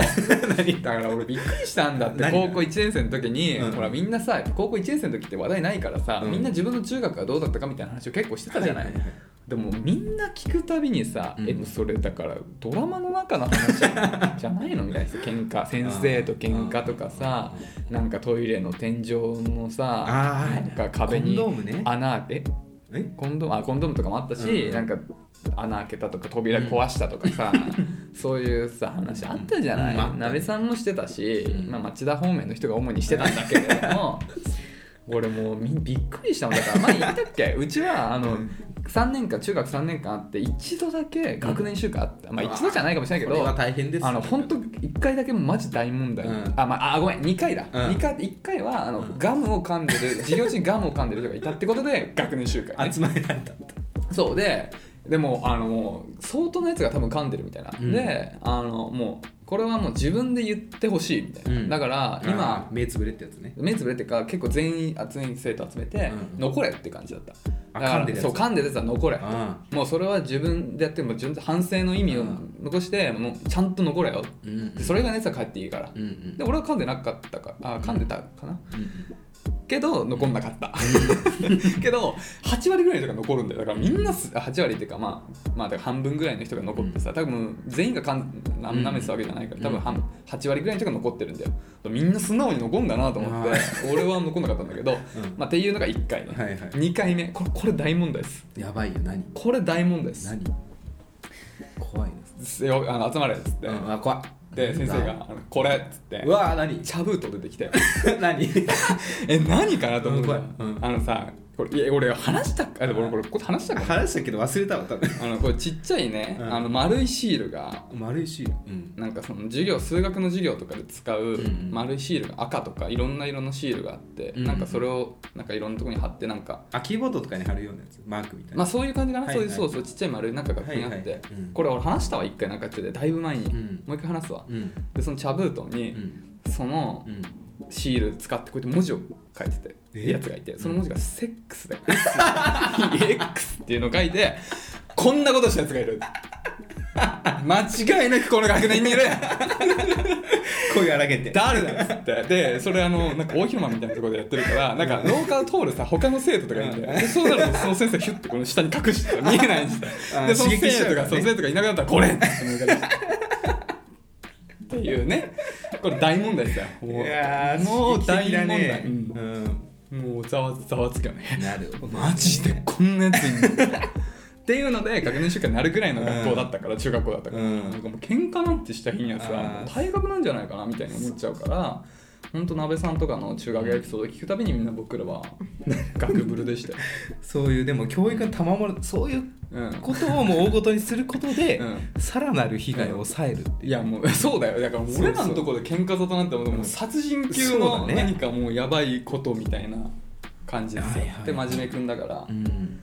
Speaker 2: だから俺びっくりしたんだって
Speaker 1: 何
Speaker 2: 高校1年生の時に、
Speaker 1: うん
Speaker 2: ほらみんなさ高校1年生の時って話題ないからさ、
Speaker 1: うん
Speaker 2: みんな自分の中学がどうだったかみたいな話を結構してたじゃない、
Speaker 1: はいはいはい
Speaker 2: でもみんな聞くたびにさ、
Speaker 1: うん
Speaker 2: えそれだからドラマの中の話
Speaker 1: <laughs>
Speaker 2: じゃないのみたいな喧嘩先生と喧嘩とかさなんかトイレの天井のさ
Speaker 1: あー
Speaker 2: なんか壁に
Speaker 1: コンドームね
Speaker 2: 穴開け
Speaker 1: え
Speaker 2: コンドームあコンドームとかもあったし、
Speaker 1: うん
Speaker 2: なんか穴開けたとか扉壊したとかさ、そういうさ話あったじゃない、
Speaker 1: うんあったね
Speaker 2: なべさんもしてたし、
Speaker 1: うん
Speaker 2: まあ、町田方面の人が主にしてたんだけれど
Speaker 1: <laughs>
Speaker 2: も俺もうみびっくりしたもんだから前言ったっけうちはあの3年間中学3年間あって一度だけ学年週間あった、まあ一度じゃないかもしれないけ
Speaker 1: これ
Speaker 2: ど
Speaker 1: は大変ですよ
Speaker 2: あの
Speaker 1: <laughs>
Speaker 2: 本当1回だけマジ大問題、
Speaker 1: うん
Speaker 2: あ,、まあ、あごめん2回だ、
Speaker 1: うん
Speaker 2: 二回1回はあの、ガムを噛んでる授業中にガムを噛んでる人がいたってことで学年集会、ね、
Speaker 1: 集まれなかった
Speaker 2: そうででもあのもう相当なやつが多分噛んでるみたいな、
Speaker 1: うん
Speaker 2: であのもうこれはもう自分で言ってほしいみたいな、
Speaker 1: うん
Speaker 2: だから
Speaker 1: 今
Speaker 2: 今
Speaker 1: 目つぶれってやつね
Speaker 2: 目つぶれっていうか結構全員全員生徒集めて、
Speaker 1: うん
Speaker 2: 残れって感じだった
Speaker 1: あ
Speaker 2: だか
Speaker 1: 噛ん
Speaker 2: ら
Speaker 1: でるやつ
Speaker 2: そう噛んでるやつは残れ
Speaker 1: あ
Speaker 2: もうそれは自分でやっても自分で反省の意味を
Speaker 1: うん
Speaker 2: 残して、もうちゃんと残れよ
Speaker 1: あうん
Speaker 2: でそれが熱は帰っていいから、
Speaker 1: うんうん
Speaker 2: で俺は噛んでなかったかあ噛んでたかな
Speaker 1: うん
Speaker 2: けど残んなかったけど8割ぐらいの人が残るんだよだからみんなす8割っていうかまあまあだから半分ぐらいの人が残ってさ多分全員がかんな舐めてたわけじゃないか
Speaker 1: うん
Speaker 2: ら多分半8割ぐらいの人が残ってるんだよみんな素直に残んだなと思って <laughs> 俺は残んなかったんだけど、
Speaker 1: うん
Speaker 2: まあ、っていうのが1回ね、
Speaker 1: はいはい
Speaker 2: 2回目これこれ大問題です
Speaker 1: やばいよ何
Speaker 2: これ大問題です
Speaker 1: 何怖いです
Speaker 2: すよあの集まれっつって、
Speaker 1: うんあ怖い
Speaker 2: で先生があの「これ」っつって
Speaker 1: うわ何 <laughs>
Speaker 2: チャブート出てきて
Speaker 1: 何
Speaker 2: え何かなと思って、
Speaker 1: うん怖いうん
Speaker 2: あのさこれいや俺話したっけあでも俺これこれ話したか
Speaker 1: 話したけど忘れたわ多分
Speaker 2: あのこれちっちゃいね、
Speaker 1: うん
Speaker 2: あの丸いシールが
Speaker 1: 丸いシールうん
Speaker 2: なんかその授業数学の授業とかで使う
Speaker 1: うんうん
Speaker 2: 丸いシールが赤とかいろんな色のシールがあって、
Speaker 1: うんうん
Speaker 2: なんかそれをなんかいろんなとこに貼ってなんか
Speaker 1: あキーボードとかに貼るようなやつマークみたいな
Speaker 2: まあそういう感じかな、
Speaker 1: はいはい
Speaker 2: そういうそうそうちっちゃい丸いなんかが気になって、
Speaker 1: はいはいうん
Speaker 2: これ俺話したわ一回なんかやっててだいぶ前に、
Speaker 1: うん
Speaker 2: もう一回話すわ
Speaker 1: うん
Speaker 2: でそのチャブート
Speaker 1: う
Speaker 2: に、
Speaker 1: ん
Speaker 2: その
Speaker 1: うん
Speaker 2: シール使ってこうやって文字を書いてて
Speaker 1: え
Speaker 2: いいやつがいてその文字が「セックス」で「X」っていうのを書いてこんなことしたやつが
Speaker 1: <laughs>
Speaker 2: いる間違いなくこの学年にいる
Speaker 1: 声荒げて
Speaker 2: 誰だっつってでそれあのなんか大広間みたいなところでやってるからなんか廊下を通るさ他の生徒とかいてでそうなるとその先生がヒュッてこの下に隠して見えないんです
Speaker 1: あ
Speaker 2: よ
Speaker 1: ー
Speaker 2: でその
Speaker 1: 刺激しちゃ
Speaker 2: 生
Speaker 1: うか
Speaker 2: 徒
Speaker 1: ら
Speaker 2: が
Speaker 1: ね
Speaker 2: その生徒がいなくなったら「これ!」っていうねこれ大問題ですよ
Speaker 1: い
Speaker 2: もう
Speaker 1: やー
Speaker 2: もう
Speaker 1: 刺激的だ
Speaker 2: 大問題
Speaker 1: うん
Speaker 2: もうざわざわつくよね
Speaker 1: なるほど
Speaker 2: マジでこんなやついんのっていうので学年主会になるぐらいの学校だったから、中学校だったから、
Speaker 1: うん
Speaker 2: なんかもう喧嘩なんてした日にはさ
Speaker 1: あー
Speaker 2: もう退学なんじゃないかなみたいに思っちゃうからほんと鍋さんとかの中学エピソードを聞くたびにみんな僕らは学ぶるでしたよ
Speaker 1: そういうでも教育の賜物そういう
Speaker 2: うん、
Speaker 1: ことをもう大ごとにすることで
Speaker 2: うん
Speaker 1: さらなる被害を抑えるって
Speaker 2: い
Speaker 1: いう
Speaker 2: やもうそうだよだからもう俺らのところで喧嘩沙汰なんてもう
Speaker 1: そう
Speaker 2: もう殺人
Speaker 1: そ
Speaker 2: 級
Speaker 1: うだ
Speaker 2: の
Speaker 1: ね
Speaker 2: 何かもうやばいことみたいな感じです
Speaker 1: はい
Speaker 2: よ
Speaker 1: はいはい
Speaker 2: で真面目くんだから
Speaker 1: うん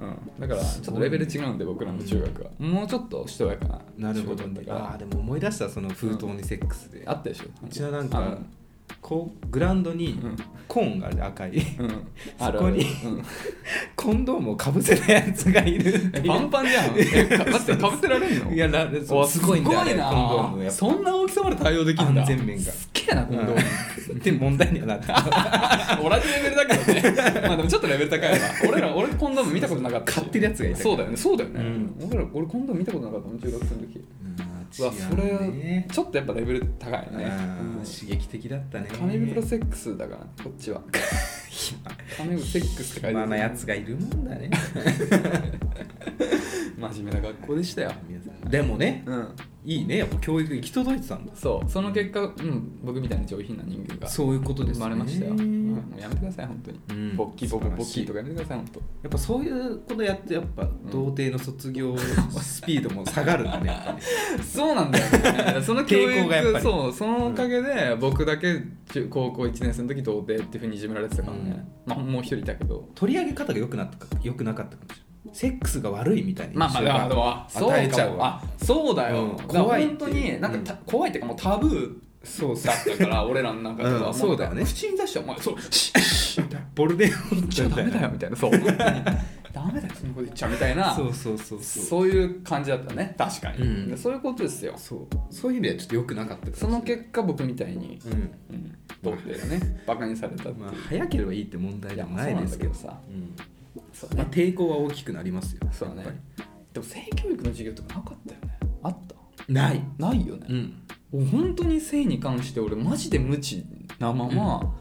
Speaker 2: うん、だからちょっとレベル違うんで僕らの中学は、もうちょっとしとやかな
Speaker 1: なるほど
Speaker 2: 中学だ
Speaker 1: あ
Speaker 2: か
Speaker 1: ーでも思い出したその封筒にセックスで
Speaker 2: らあったでしょ
Speaker 1: うちはなんかこうグラウンドに
Speaker 2: うん
Speaker 1: コーンがある赤い <laughs>
Speaker 2: あのうん、
Speaker 1: そこに
Speaker 2: あるあるうん
Speaker 1: コンドームをかぶせたやつがいるって
Speaker 2: え
Speaker 1: <laughs> いう
Speaker 2: パンパンじゃんえかだってかぶせられんの
Speaker 1: いやな
Speaker 2: お
Speaker 1: すごいんだよね
Speaker 2: な
Speaker 1: コンドームやっぱ
Speaker 2: そんな大きさまで対応できるんだ
Speaker 1: 安全面が
Speaker 2: すっげえなコンドーム、
Speaker 1: うんで問題にはなった
Speaker 2: 同じレベルだけどねまあ <laughs> でもちょっとレベル高いわ俺ら俺コンドーム見たことなかったし
Speaker 1: 買ってるやつがいた
Speaker 2: そうだよねそうだよね、
Speaker 1: うん
Speaker 2: 俺ら俺コンドーム見たことなかったもん中学生の時 <laughs> うわそ
Speaker 1: 違
Speaker 2: れ
Speaker 1: うね
Speaker 2: ちょっとやっぱレベル高いね、
Speaker 1: うん
Speaker 2: うん
Speaker 1: 刺激的だったね
Speaker 2: 金袋セックスだからねこっ <laughs> ちは金袋セックスって書いて
Speaker 1: まあまあやつがいるもんだね
Speaker 2: 真面目な学校でしたよ
Speaker 1: 皆さんでもね
Speaker 2: うん
Speaker 1: いいねやっぱ教育行き届いてたんだ
Speaker 2: そうその結果、うん、僕みたいな上品な人間が
Speaker 1: そういうことです
Speaker 2: 生
Speaker 1: ね
Speaker 2: まれましたよ、うんもうやめてください本当に、
Speaker 1: うん
Speaker 2: ボッキボコ
Speaker 1: 素晴らしい
Speaker 2: ボッキとかやめてください本当
Speaker 1: やっぱそういうことやってやっぱ童貞の卒業スピードも下がるんだね
Speaker 2: <laughs>
Speaker 1: やっぱり
Speaker 2: <laughs> そうなんだよ、ね、その教
Speaker 1: 傾向がやっぱ
Speaker 2: 育
Speaker 1: り
Speaker 2: そうそのおかげで僕だけ中高校1年生の時童貞っていうふうにいじめられてたからね、まあ、もう一人いたけど
Speaker 1: 取り上げ方が良くなったか良くなかったかもしれないセックスが悪いみたいな
Speaker 2: まあまあ
Speaker 1: 印象
Speaker 2: だからでもあそう
Speaker 1: 与えち
Speaker 2: か
Speaker 1: ゃう
Speaker 2: も
Speaker 1: わ
Speaker 2: あそうだよ、
Speaker 1: うん
Speaker 2: だから
Speaker 1: 怖いってい
Speaker 2: 本
Speaker 1: う
Speaker 2: 当になんかた、怖いっていうかもうタブー
Speaker 1: そうそう
Speaker 2: だったから <laughs> 俺らの中では、
Speaker 1: うん
Speaker 2: も
Speaker 1: そうだよね
Speaker 2: 口に出してお前そうシッシッみたいな
Speaker 1: ボルデンホン
Speaker 2: 言っちゃダメだよみたい
Speaker 1: <laughs>
Speaker 2: なそう本当にダメだよそんなこと言っちゃうみたいな
Speaker 1: そうそうそうそう
Speaker 2: そういう感じだったね確かに、
Speaker 1: うん
Speaker 2: でそういうことですよ
Speaker 1: そうそういう意味ではちょっと良くなかったかもし
Speaker 2: そ
Speaker 1: れない
Speaker 2: の結果僕みたいに、
Speaker 1: うん
Speaker 2: うん、童貞がねバカにされたっていう、
Speaker 1: まあ早ければいいって問題
Speaker 2: い
Speaker 1: で
Speaker 2: や
Speaker 1: も
Speaker 2: まあ
Speaker 1: な
Speaker 2: そう
Speaker 1: い
Speaker 2: なん
Speaker 1: で
Speaker 2: だ
Speaker 1: す
Speaker 2: け
Speaker 1: けど
Speaker 2: どさ、
Speaker 1: うん
Speaker 2: そう
Speaker 1: まあ
Speaker 2: ね
Speaker 1: 抵抗は大きくなりますよ
Speaker 2: そうね
Speaker 1: やっぱ
Speaker 2: でも性教育の授業とかなかったよねあった
Speaker 1: りない
Speaker 2: ないよね、
Speaker 1: うん
Speaker 2: もう本当に性に関して俺マジで無知なまま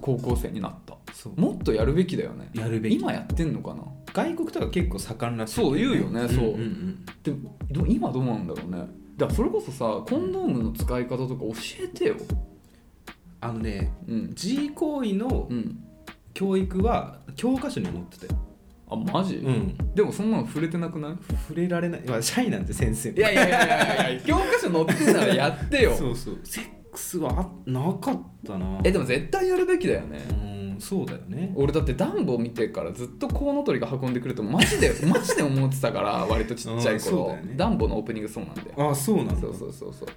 Speaker 2: 高校生になった、
Speaker 1: そう
Speaker 2: もっとやるべきだよね
Speaker 1: やるべき
Speaker 2: 今やってんのかな
Speaker 1: 外国とか結構盛んらしい
Speaker 2: そう言うよねそう、
Speaker 1: んん
Speaker 2: でもど今どうなんだろうねだからそれこそさコンドームの使い方とか教えてよ
Speaker 1: あのね
Speaker 2: うん、
Speaker 1: G 行為の
Speaker 2: うん、
Speaker 1: 教育は教科書に載ってたよ、
Speaker 2: あマジ、
Speaker 1: ん、
Speaker 2: でもそんなの触れてなくない
Speaker 1: 触れられない、まあ、シャイなんて先生
Speaker 2: いやいやいやいやいや教科書載ってたらや <laughs> ってよ
Speaker 1: そうそうセックスはあなかったな
Speaker 2: えでも絶対やるべきだよね
Speaker 1: うんうんそうだよね
Speaker 2: 俺だってダンボ見てからずっとコウノトリが運んでくるとマ
Speaker 1: <laughs>
Speaker 2: ジでマジで思ってたから割とちっちゃ
Speaker 1: うん
Speaker 2: い
Speaker 1: そう
Speaker 2: 頃、
Speaker 1: だよね
Speaker 2: ダンボのオープニングそうなんだよ
Speaker 1: あそうなんだ
Speaker 2: そうそうそうそう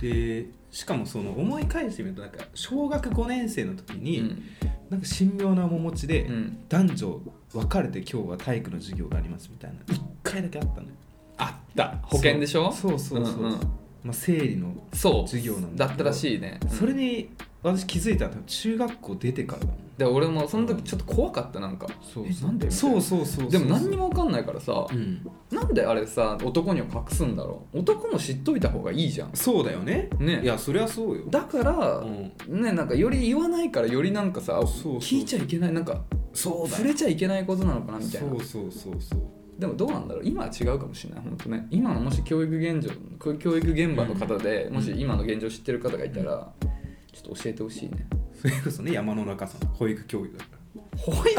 Speaker 1: でしかもその思い返してみるとなんか小学5年生の時に、
Speaker 2: うん
Speaker 1: なんか神妙な面持ちで、
Speaker 2: うん
Speaker 1: 男女分かれて今日は体育の授業がありますみたいな1回だけあったのよ
Speaker 2: あった保険でしょ
Speaker 1: そうそうそうそう、
Speaker 2: うんうん
Speaker 1: まあ、生理の
Speaker 2: そう
Speaker 1: 授業なんだ
Speaker 2: だ
Speaker 1: け
Speaker 2: っ
Speaker 1: ど
Speaker 2: たらしいね、
Speaker 1: それ
Speaker 2: うん
Speaker 1: に私気づいたのは中学校出てからだもん
Speaker 2: で俺もその時ちょっと怖かったなんか
Speaker 1: そう
Speaker 2: えなんで
Speaker 1: そう
Speaker 2: み
Speaker 1: そうそうそう
Speaker 2: たいなでも何にも分かんないからさ、
Speaker 1: うん
Speaker 2: なんであれさ男には隠すんだろう男も知っといた方がいいじゃん
Speaker 1: そうだよね
Speaker 2: ね
Speaker 1: いやそりゃそうよ
Speaker 2: だから、
Speaker 1: うん
Speaker 2: ねなんかより言わないからよりなんか
Speaker 1: そ
Speaker 2: さ
Speaker 1: うそう
Speaker 2: 聞いちゃいけないなんか
Speaker 1: そうだ
Speaker 2: 触れちゃいけないことなのかなみたいな
Speaker 1: そうそうそうそう
Speaker 2: でもどうなんだろう今は違うかもしれない本当ね今のもし教育現状こう教育現場の方で、
Speaker 1: うん
Speaker 2: もし今の現状知ってる方がいたら、ちょっと教えてほしいね
Speaker 1: それこそね山の中さん保育教育だから
Speaker 2: 保育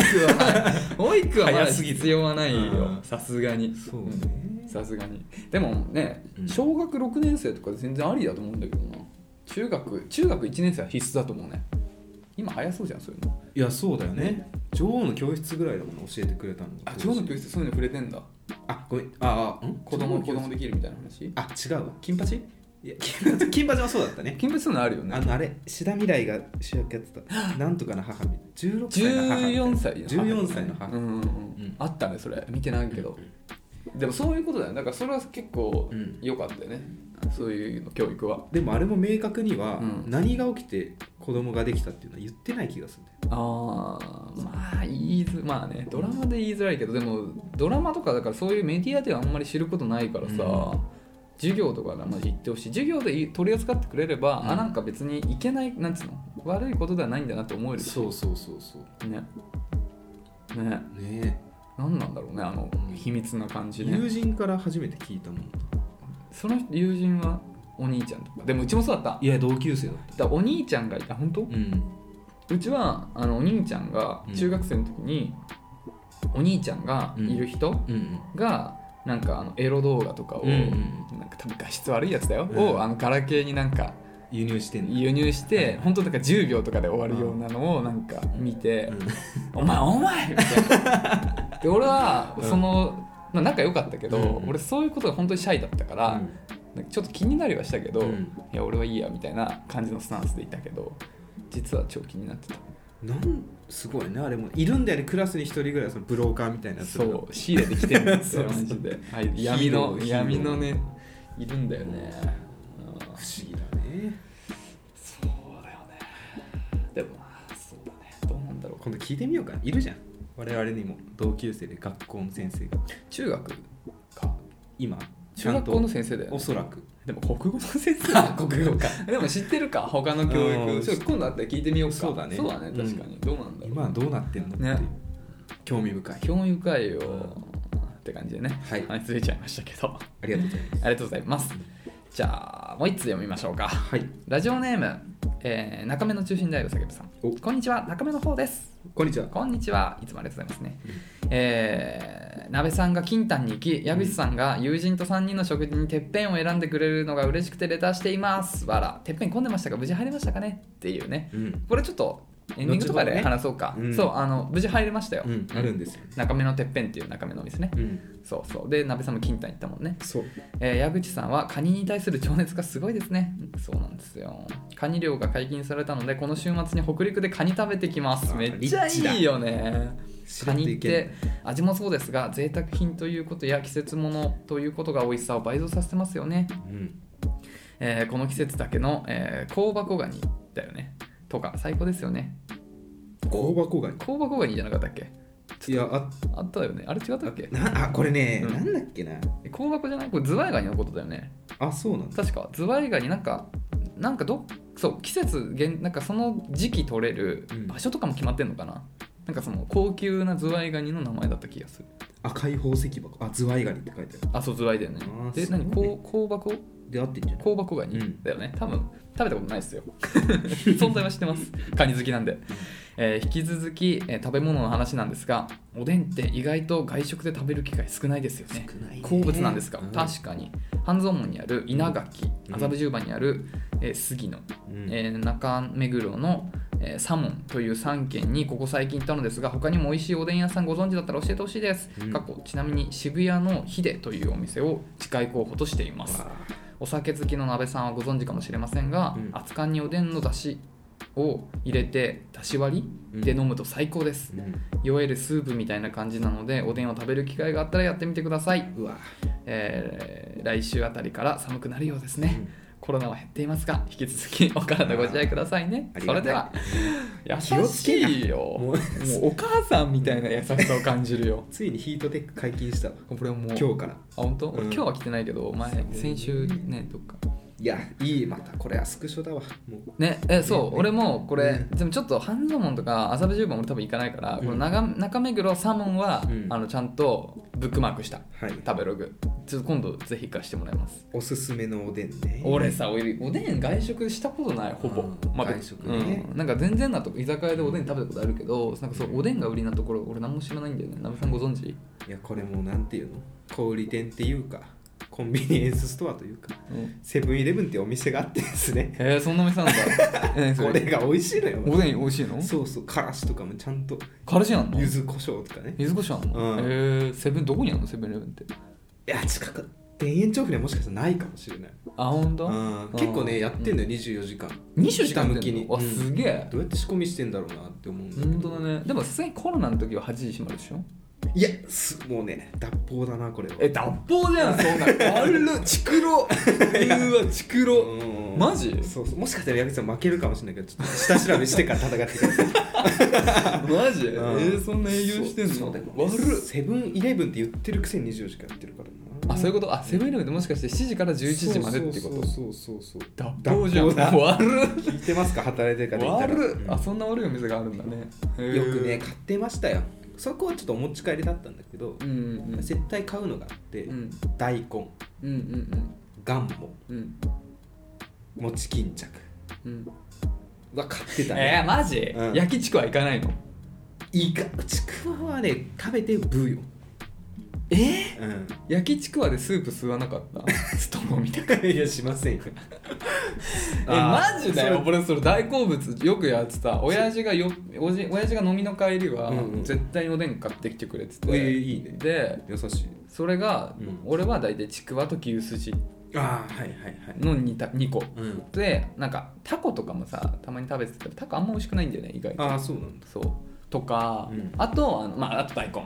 Speaker 2: は保育 <laughs> はまだ
Speaker 1: 早すぎる
Speaker 2: 必要はない
Speaker 1: うん
Speaker 2: よさすがに
Speaker 1: そうんね
Speaker 2: さすがにでもね
Speaker 1: うん
Speaker 2: 小学6年生とかで全然ありだと思うんだけどな中学中学1年生は必須だと思うね今早そうじゃんそういうの
Speaker 1: いやそうだよね女王の教室ぐらいだもんね教えてくれたの
Speaker 2: あ今日の教室そういうの触れてんだ
Speaker 1: あごめんああん
Speaker 2: 子供子
Speaker 1: 女王の
Speaker 2: 供できるみたいな話
Speaker 1: 教室あ違うわ金八いや金八金八もそうだったね
Speaker 2: 金髪そういうのあるよね
Speaker 1: あのあれ志田未来が主役やって <gasps> たなんとかの母みたいな16歳の母みたいな
Speaker 2: 14歳の母
Speaker 1: 14歳の母
Speaker 2: うんうんうんあったねそれ見てないけどでもそういうことだよねだからそれは結構
Speaker 1: うん
Speaker 2: 良かったよねそういうの教育は
Speaker 1: でもあれも明確には
Speaker 2: うん
Speaker 1: 何が起きて子供ができたっていうのは言ってない気がするんだよ
Speaker 2: ああまあ言いづまあねドラマで言いづらいけどでもドラマとかだからそういうメディアではあんまり知ることないからさ、
Speaker 1: うん
Speaker 2: 授業とかであんまり言ってほしい授業でい取り扱ってくれれば、
Speaker 1: うん
Speaker 2: あなんか別にいけないなんつうの悪いことではないんだなって思える
Speaker 1: そうそうそうそう
Speaker 2: ねね
Speaker 1: ね
Speaker 2: 何なんだろうねあの秘密な感
Speaker 1: え
Speaker 2: じね
Speaker 1: 友人から初めて聞いたもん
Speaker 2: その友人はお兄ちゃんとかでもうちもそうだった
Speaker 1: いや同級生だった
Speaker 2: だからお兄ちゃんがいた本当、
Speaker 1: うん
Speaker 2: うちはあのお兄ちゃんが
Speaker 1: うん
Speaker 2: 中学生の時に、お兄ちゃんがいる人、
Speaker 1: うん
Speaker 2: がなんかあのエロ動画とかを、
Speaker 1: うんうん
Speaker 2: なんか多分画質悪いやつだよ、
Speaker 1: うん
Speaker 2: をあのガラケーになんか
Speaker 1: 輸入してんの
Speaker 2: 輸入して、本当なんか10秒とかで終わるようなのをなんか見て「お前お前!」みたいな。で俺は
Speaker 1: うん
Speaker 2: その、まあ、仲良かったけど、
Speaker 1: うん
Speaker 2: 俺そういうことが本当にシャイだったから、なんかちょっと気になりはしたけど、
Speaker 1: うん
Speaker 2: いや俺はいいやみたいな感じのスタンスでいたけど実は超気になってた
Speaker 1: なんすごいねあれもいるんだよねクラスに一人ぐらいそのブローカーみたいなやつが
Speaker 2: そう仕入れてきてるんですよ
Speaker 1: <laughs> そうそう
Speaker 2: マジで、はい、闇
Speaker 1: ヒーロ
Speaker 2: の
Speaker 1: ーヒーロー
Speaker 2: 闇のねいるんだよね、うん
Speaker 1: 不思議だね
Speaker 2: そうだよねでもまあそうだねどうなんだろう
Speaker 1: 今度聞いてみようかいるじゃん我々にも同級生で学校の先生が
Speaker 2: 中学か
Speaker 1: 今ち
Speaker 2: 中
Speaker 1: ゃん
Speaker 2: 学校の
Speaker 1: と
Speaker 2: 先生だよ
Speaker 1: お
Speaker 2: ね
Speaker 1: そらく
Speaker 2: でも国語の先生
Speaker 1: <laughs>
Speaker 2: 国語か <laughs> でも知ってるか他の教
Speaker 1: うん
Speaker 2: 育ちょっと今度あったら聞いてみようか
Speaker 1: そうだね
Speaker 2: そうだね
Speaker 1: うん
Speaker 2: 確かに、どうなんだろう
Speaker 1: 今はどうなってんのっていう、
Speaker 2: ね
Speaker 1: 興味深い
Speaker 2: 興味深いよって感じでね
Speaker 1: はい
Speaker 2: 話ずれちゃいましたけどあ
Speaker 1: ありがとうございます
Speaker 2: りがとうございますじゃあもう一つ読みましょうか
Speaker 1: はい
Speaker 2: ラジオネーム、えー中目の中心大学叫ぶさん
Speaker 1: お
Speaker 2: こんにちは中目の方です
Speaker 1: こんにちは
Speaker 2: こんにちはいつもありがとうございますね。えー、鍋さんが金丹に行き、矢口さんが友人と3人の食事にてっぺんを選んでくれるのが嬉しくてレターしています。わら、てっぺん混んでましたか無事入れましたかねっていうね。
Speaker 1: うん、
Speaker 2: これちょっとエンディングとか
Speaker 1: 後ほど
Speaker 2: で
Speaker 1: ね
Speaker 2: 話そうか。
Speaker 1: うん
Speaker 2: そう、あの、無事入れましたよ。
Speaker 1: うん、あるんですよ、
Speaker 2: 中目のてっぺんっていう中目のお店ね。
Speaker 1: うん、
Speaker 2: そうそう。で、鍋さんも金丹行ったもんね。
Speaker 1: そう
Speaker 2: えー矢口さんはカニに対する情熱がすごいですねそうなんですよカニ漁が解禁されたのでこの週末に北陸でカニ食べてきます
Speaker 1: あー
Speaker 2: めっちゃ
Speaker 1: リッチだ
Speaker 2: いいよね
Speaker 1: 知
Speaker 2: カ
Speaker 1: らんと
Speaker 2: ニっ
Speaker 1: いけん
Speaker 2: て味もそうですが贅沢品ということや季節物ということが美味しさを倍増させてますよね、
Speaker 1: うん、
Speaker 2: えーこの季節だけの、えー、香箱ガニだよねとか最高ですよね
Speaker 1: 大箱が
Speaker 2: 香箱ガニじゃなかったっけ
Speaker 1: いやあ
Speaker 2: あったよねあれ違ったっけ
Speaker 1: なあこれね、
Speaker 2: うん
Speaker 1: なんだっけな
Speaker 2: 香箱じゃないこれズワイガニのことだよね
Speaker 1: あそうなんだ
Speaker 2: 確かズワイガニなんかなんかどそう季節限なんかその時期取れる
Speaker 1: うん
Speaker 2: 場所とかも決まってんのかな、なんかその高級なズワイガニの名前だった気がする
Speaker 1: 赤い宝石箱あズワイガニって書いてある
Speaker 2: あそうズワイだよね
Speaker 1: あー
Speaker 2: です
Speaker 1: ごいね
Speaker 2: 何こう香箱
Speaker 1: で合ってんじゃない
Speaker 2: 香箱ガニ、
Speaker 1: うん
Speaker 2: だよね多分食べたことないですよ <laughs> 存在は知ってますカニ好きなんで、えー引き続き、えー食べ物の話なんですがおでんって意外と外食で食べる機会少ないですよね
Speaker 1: 少ないね
Speaker 2: 好物なんですが、
Speaker 1: うん
Speaker 2: 確かに半蔵門にある稲垣
Speaker 1: うん
Speaker 2: 麻布十番にある、えー杉野
Speaker 1: うん
Speaker 2: えー中目黒の、えー、サモンという3軒にここ最近行ったのですが他にも美味しいおでん屋さんご存知だったら教えてほしいです、
Speaker 1: うん
Speaker 2: 過去ちなみに渋谷のヒデというお店を近い候補としていますお酒好きの鍋さんはご存知かもしれませんが、
Speaker 1: うん
Speaker 2: 熱燗におでんの出汁を入れて出汁割りで飲むと最高です、いわゆるスープみたいな感じなのでおでんを食べる機会があったらやってみてください、
Speaker 1: うわ
Speaker 2: えー来週あたりから寒くなるようですね、コロナは減っていますが引き続きお体ご自愛くださいね
Speaker 1: あり
Speaker 2: それ
Speaker 1: が
Speaker 2: では
Speaker 1: た気
Speaker 2: 優
Speaker 1: をつけ
Speaker 2: し
Speaker 1: ない
Speaker 2: よ
Speaker 1: も
Speaker 2: も
Speaker 1: う
Speaker 2: うお母さんみたいな優しさを感じるよ
Speaker 1: <laughs> ついにヒートテック解禁したわ
Speaker 2: これもう
Speaker 1: 今日から
Speaker 2: あ本当、
Speaker 1: うん
Speaker 2: 俺今日は来てないけど前先週ねどっか
Speaker 1: いやいいまたこれはスクショだわもう
Speaker 2: ねえそ
Speaker 1: ね
Speaker 2: う、俺もこれ、
Speaker 1: う
Speaker 2: でもちょっと半蔵門とか麻布十番俺多分行かないから、この中中目黒サーモンは、
Speaker 1: うん
Speaker 2: あのちゃんとブックマークした
Speaker 1: はい
Speaker 2: 食べログちょっと今度ぜひ行かしてもらいます、
Speaker 1: おすすめのおでんね
Speaker 2: 俺さ俺おでん外食したことないほぼ、
Speaker 1: うん外食ね
Speaker 2: うんなんか全然なとこ居酒屋でおでん食べたことあるけどなんかそうおでんが売りなところ俺何も知らないんだよねナムさんご存知
Speaker 1: いやこれもうなんていうの小売店っていうかコンビニエンスストアというかセブンイレブンっていうお店があってですね
Speaker 2: えー、そんな店なん
Speaker 1: <laughs>
Speaker 2: だ、えー <laughs> そ
Speaker 1: これが美味しいのよ
Speaker 2: おでん美味しいの
Speaker 1: そうそうからしとかもちゃんと
Speaker 2: からしなんの
Speaker 1: 柚子胡椒とかね
Speaker 2: 柚子胡椒あんの、
Speaker 1: うん
Speaker 2: えーセブンどこにあんのセブンイレブンって
Speaker 1: いや近く田園調布にはもしかしたらないかもしれない
Speaker 2: あ本当？
Speaker 1: うん結構ねやってんのよ24時間
Speaker 2: 二種しか
Speaker 1: 下向
Speaker 2: 向
Speaker 1: き
Speaker 2: き
Speaker 1: に
Speaker 2: にわすげえ
Speaker 1: どうやって仕込みしてんだろうなって思うんだけど
Speaker 2: 本当だねでもさすがにコロナの時は8時閉まるでしょ
Speaker 1: いやすもうね脱法だなこれは
Speaker 2: え脱法じゃんそんな悪っち
Speaker 1: <laughs>
Speaker 2: くろうわちくろ
Speaker 1: うん
Speaker 2: マジ
Speaker 1: そうそうもしかしたら矢口さん負けるかもしれないけどちょっと下調べしてから戦ってください
Speaker 2: <laughs> マ <laughs> ジえ
Speaker 1: うん
Speaker 2: ーそんな営業してん
Speaker 1: そ
Speaker 2: の
Speaker 1: うだよ
Speaker 2: 悪っ
Speaker 1: セブンイレブンって言ってるくせに24時間やってるからな
Speaker 2: あそういうことあセブンイレブンってもしかして7時から11時までってこと
Speaker 1: そうそうそうそうそう
Speaker 2: 脱法じゃん
Speaker 1: 脱法だ
Speaker 2: <laughs> 悪っ
Speaker 1: 聞いてますか働いてる方いたら
Speaker 2: 悪っ
Speaker 1: うん
Speaker 2: あそんな悪いお店があるんだねへー
Speaker 1: よくね買ってましたよそこはちょっとお持ち帰りだったんだけど、
Speaker 2: うんうんうん
Speaker 1: 絶対買うのがあって、
Speaker 2: うん
Speaker 1: 大根
Speaker 2: うんうん
Speaker 1: ガンモ
Speaker 2: うんうん
Speaker 1: 餅巾着
Speaker 2: うん
Speaker 1: は買ってた
Speaker 2: えー
Speaker 1: ね、
Speaker 2: マジ
Speaker 1: うん
Speaker 2: 焼きちくわ行かないの
Speaker 1: いかちくわはね食べてブーよ、
Speaker 2: えー
Speaker 1: うん、
Speaker 2: 焼きちくわでスープ吸わなかったストローみたいな
Speaker 1: いやしません <laughs> よ
Speaker 2: えマジだよ俺それ大好物よくやってた親父がよおじ親父が飲みの帰りは
Speaker 1: うんうん
Speaker 2: 絶対におでん買ってきてくれって
Speaker 1: え
Speaker 2: 言って、
Speaker 1: いいね
Speaker 2: で
Speaker 1: 優しい
Speaker 2: それが、
Speaker 1: うん
Speaker 2: 俺は大体ちくわと牛すじ
Speaker 1: ああはいはいはい
Speaker 2: の 2, た2個
Speaker 1: うん
Speaker 2: でなんかタコとかもさたまに食べてたけどタコあんま美味しくないんだよね意外と
Speaker 1: ああそうなんだ
Speaker 2: そうとか、
Speaker 1: うん
Speaker 2: あとあの、まあ、あと大根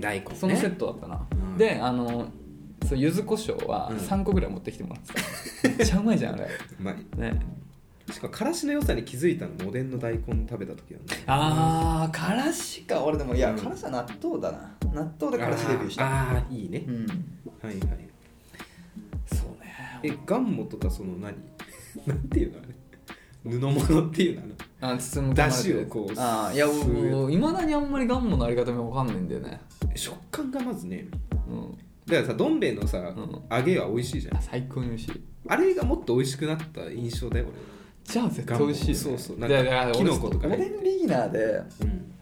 Speaker 1: 大根ね
Speaker 2: そのセットだったな、
Speaker 1: うん
Speaker 2: であのそう柚子胡椒は
Speaker 1: うん
Speaker 2: 3個ぐらい持ってきてもらってた、めっちゃうまいじゃんあれ
Speaker 1: うまい
Speaker 2: ね
Speaker 1: しかもからしの良さに気づいたのもおでんの大根食べた時なんだよ
Speaker 2: あーからしか俺でもいや、
Speaker 1: うん
Speaker 2: からしは納豆だな納豆でからしデビューした
Speaker 1: あーあーいいね
Speaker 2: う、ん
Speaker 1: はいはい
Speaker 2: そうね
Speaker 1: えガンモとかその何 <laughs> なんていうのあれ布物っていうのあ
Speaker 2: あ包む
Speaker 1: だしをこう
Speaker 2: あーいや
Speaker 1: 吸う
Speaker 2: いまだにあんまりガンモのあり方もわかんないんだよね
Speaker 1: の食感がまずね
Speaker 2: うん
Speaker 1: だからさどん兵衛のさ、
Speaker 2: ん
Speaker 1: 揚げは美味しいじゃん
Speaker 2: あ最高に美味しい
Speaker 1: あれがもっと美味しくなった印象だよ
Speaker 2: じゃあ絶対美味しい、ね、
Speaker 1: そうそうなん
Speaker 2: だ
Speaker 1: か
Speaker 2: からだから
Speaker 1: キノコとかね
Speaker 2: 俺おでんビギナーで
Speaker 1: 俺、うん、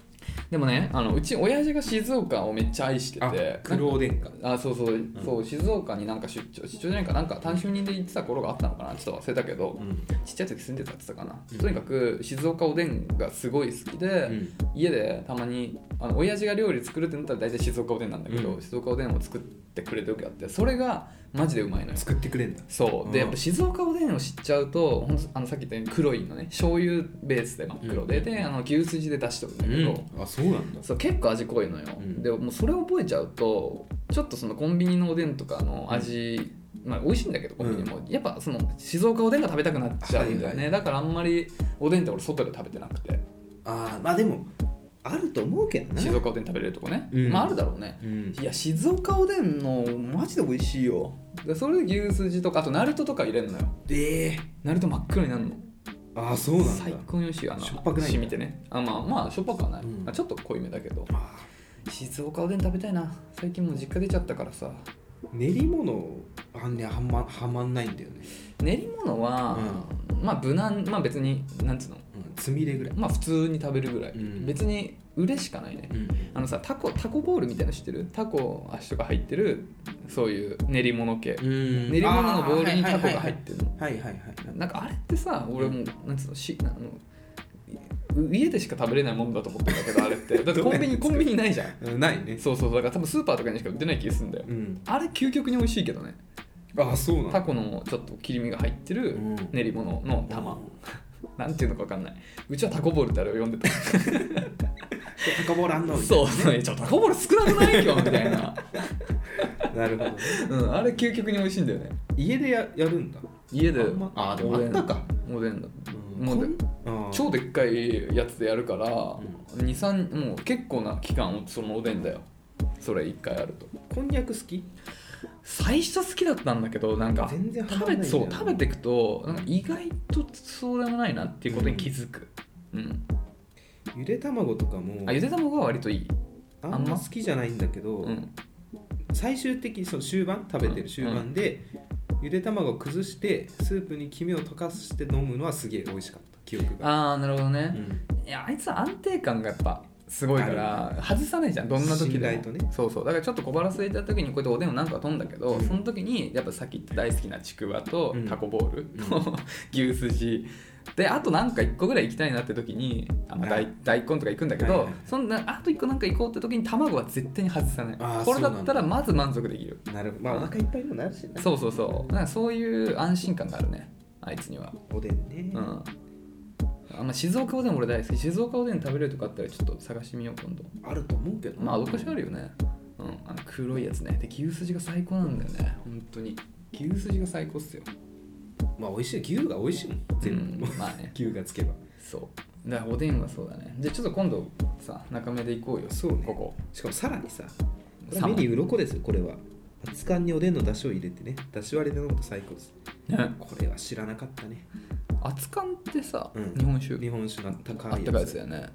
Speaker 2: でもねあのうち親父が静岡をめっちゃ愛して
Speaker 1: あ
Speaker 2: て
Speaker 1: 黒おでんか
Speaker 2: あそうそう、そう静岡になんか出張出張じゃないかなんか単身人で行ってた頃があったのかなちょっと忘れたけど、
Speaker 1: うん
Speaker 2: ちっちゃい時住んでたって言ってたかな、
Speaker 1: うん
Speaker 2: とにかく静岡おでんがすごい好きで、
Speaker 1: うん
Speaker 2: 家でたまにあの親父が料理作るってなったら大体静岡おでんなんだけど、
Speaker 1: うん
Speaker 2: 静岡おでんを作ってくれる時あってそれがマジでうまいのよ
Speaker 1: 作ってくれんだ
Speaker 2: そう
Speaker 1: う
Speaker 2: で
Speaker 1: ん
Speaker 2: やっぱ静岡おでんを知っちゃうとほんとあのさっき言ったように黒いのね醤油ベースで真っ黒で、
Speaker 1: うん
Speaker 2: であの牛すじで出してるんだけど、
Speaker 1: うん、あそうなんだ
Speaker 2: そう結構味濃いのよ、
Speaker 1: うん
Speaker 2: でもうそれを覚えちゃうとちょっとそのコンビニのおでんとかの味、まあ美味しいんだけどコンビニも、やっぱその静岡おでんが食べたくなっちゃうんだ
Speaker 1: は
Speaker 2: よね、
Speaker 1: いはい
Speaker 2: だからあんまりおでんって俺外で食べてなくて
Speaker 1: あーまあでもあると思うけどね
Speaker 2: 静岡おでん食べれるとこね、
Speaker 1: うん
Speaker 2: まああるだろうね
Speaker 1: うん
Speaker 2: いや静岡おでんのマジで美味しいよでそれで牛すじとかあとナルトとか入れるのよ
Speaker 1: ええ
Speaker 2: ナルト真っ黒になるの
Speaker 1: ああそうなんだ
Speaker 2: 最高に美味しいよあの
Speaker 1: しょっぱくないんだ
Speaker 2: 染みてねあまあまあしょっぱくはない、
Speaker 1: うん
Speaker 2: まあちょっと濃いめだけど
Speaker 1: あ
Speaker 2: 静岡おでん食べたいな最近もう実家出ちゃったからさ
Speaker 1: ー練り物あんねはまはまんないんだよね、
Speaker 2: 練り物は、まあ無難まあ別になんつうの
Speaker 1: うん、つみれぐらい、
Speaker 2: まあ普通に食べるぐらい、
Speaker 1: うん
Speaker 2: 別に嬉しかないね、
Speaker 1: ん、
Speaker 2: あのさタコタコボールみたいなの知ってるタコ足とか入ってるそういう練り物系、
Speaker 1: うん
Speaker 2: 練り物のボールにタコが入ってるの、
Speaker 1: はいはいはいはい
Speaker 2: なんかあれってさ俺もうなんつうのしあの家でしか食べれないもんだと思ってるんだけ <laughs> どあれってだってコンビニ
Speaker 1: ど
Speaker 2: コ
Speaker 1: う
Speaker 2: ンビニないじゃん
Speaker 1: うんないね
Speaker 2: そうそうだから多分スーパーとかにしか売ってない気がするんだよ
Speaker 1: うん
Speaker 2: あれ究極に美味しいけどね
Speaker 1: ああそうなん
Speaker 2: タコのちょっと切り身が入ってる
Speaker 1: うん
Speaker 2: 練り物の玉、なんていうのか分かんないうちはタコボールってあれを呼んでた
Speaker 1: 高ボールあんのみたい
Speaker 2: そうそうちょっとタコボール少なくない今日みたいな、
Speaker 1: ななるほどね
Speaker 2: うん、あれ究極に美味しいんだよね
Speaker 1: 家でややるんだ
Speaker 2: 家で
Speaker 1: あんまあでもあったか
Speaker 2: おでんだ
Speaker 1: うん
Speaker 2: もうで
Speaker 1: こんあー
Speaker 2: 超でっかいやつでやるから、
Speaker 1: う
Speaker 2: 二三もう結構な期間そのおでんだよそれ1回あると
Speaker 1: こんにゃく好き
Speaker 2: 最初好きだったんだけどなんか
Speaker 1: 全然ハマ
Speaker 2: 食
Speaker 1: らない
Speaker 2: べ
Speaker 1: んだよね
Speaker 2: そう食べていくとなんか意外とそうでもないなっていうことに気づく、うん
Speaker 1: ゆで卵とかも
Speaker 2: あゆで卵は割といい、
Speaker 1: あんま好きじゃないんだけど、
Speaker 2: うん、
Speaker 1: 最終的にその終盤食べてる終盤で、ゆで卵を崩してスープに黄身を溶かして飲むのはすげえ美味しかった記憶が
Speaker 2: ああなるほどね、
Speaker 1: うん
Speaker 2: いやあいつは安定感がやっぱすごいから外さないじゃんどんな時
Speaker 1: 信
Speaker 2: で
Speaker 1: 頼
Speaker 2: も
Speaker 1: とね
Speaker 2: そうそうだからちょっと小腹空いた時にこうやっておでんをなんか取んだけど、
Speaker 1: うん
Speaker 2: その時にやっぱさっき言った大好きなちくわと
Speaker 1: うん
Speaker 2: タコボールと、
Speaker 1: う
Speaker 2: <laughs> 牛すじであとなんか1個ぐらい行きたいなって時にあ、まあ、
Speaker 1: は
Speaker 2: 大
Speaker 1: い
Speaker 2: 大根とか行くんだけど、
Speaker 1: はいはい
Speaker 2: そんなあと1個なんか行こうって時に卵は絶対に外さない
Speaker 1: あー
Speaker 2: これだっ
Speaker 1: そう
Speaker 2: た
Speaker 1: な
Speaker 2: ら
Speaker 1: ん
Speaker 2: まず満足できる
Speaker 1: なるほどまあお腹いっぱいにもなるしな
Speaker 2: そうそうそうなんかそういう安心感があるねあいつには
Speaker 1: おでんね、
Speaker 2: うんあんま静岡おでん俺大好き静岡おでん食べれるとこあったらちょっと探してみよう今度
Speaker 1: あると思うけどな
Speaker 2: まあどっかしらあるよねうんあの黒いやつねで牛すじが最高なんだよね本当に牛すじが最高っすよ
Speaker 1: まあ美味しい牛が美味しいもん全
Speaker 2: <laughs>
Speaker 1: 部、
Speaker 2: うんまあね
Speaker 1: 牛がつけば
Speaker 2: そうだからおでんはそうだねじゃあちょっと今度さ中目で行こうよ
Speaker 1: そうね
Speaker 2: ここ
Speaker 1: しかもさらにさこれ
Speaker 2: さ
Speaker 1: 目に鱗ですよこれは熱燗におでんの出汁を入れてね出汁割りで飲むと最高です
Speaker 2: ね
Speaker 1: これは知らなかったね
Speaker 2: 熱燗ってさ、
Speaker 1: うん
Speaker 2: 日本酒
Speaker 1: 日本酒のあった
Speaker 2: あ
Speaker 1: か
Speaker 2: っ
Speaker 1: い
Speaker 2: た
Speaker 1: や
Speaker 2: かい
Speaker 1: つ
Speaker 2: やつだよね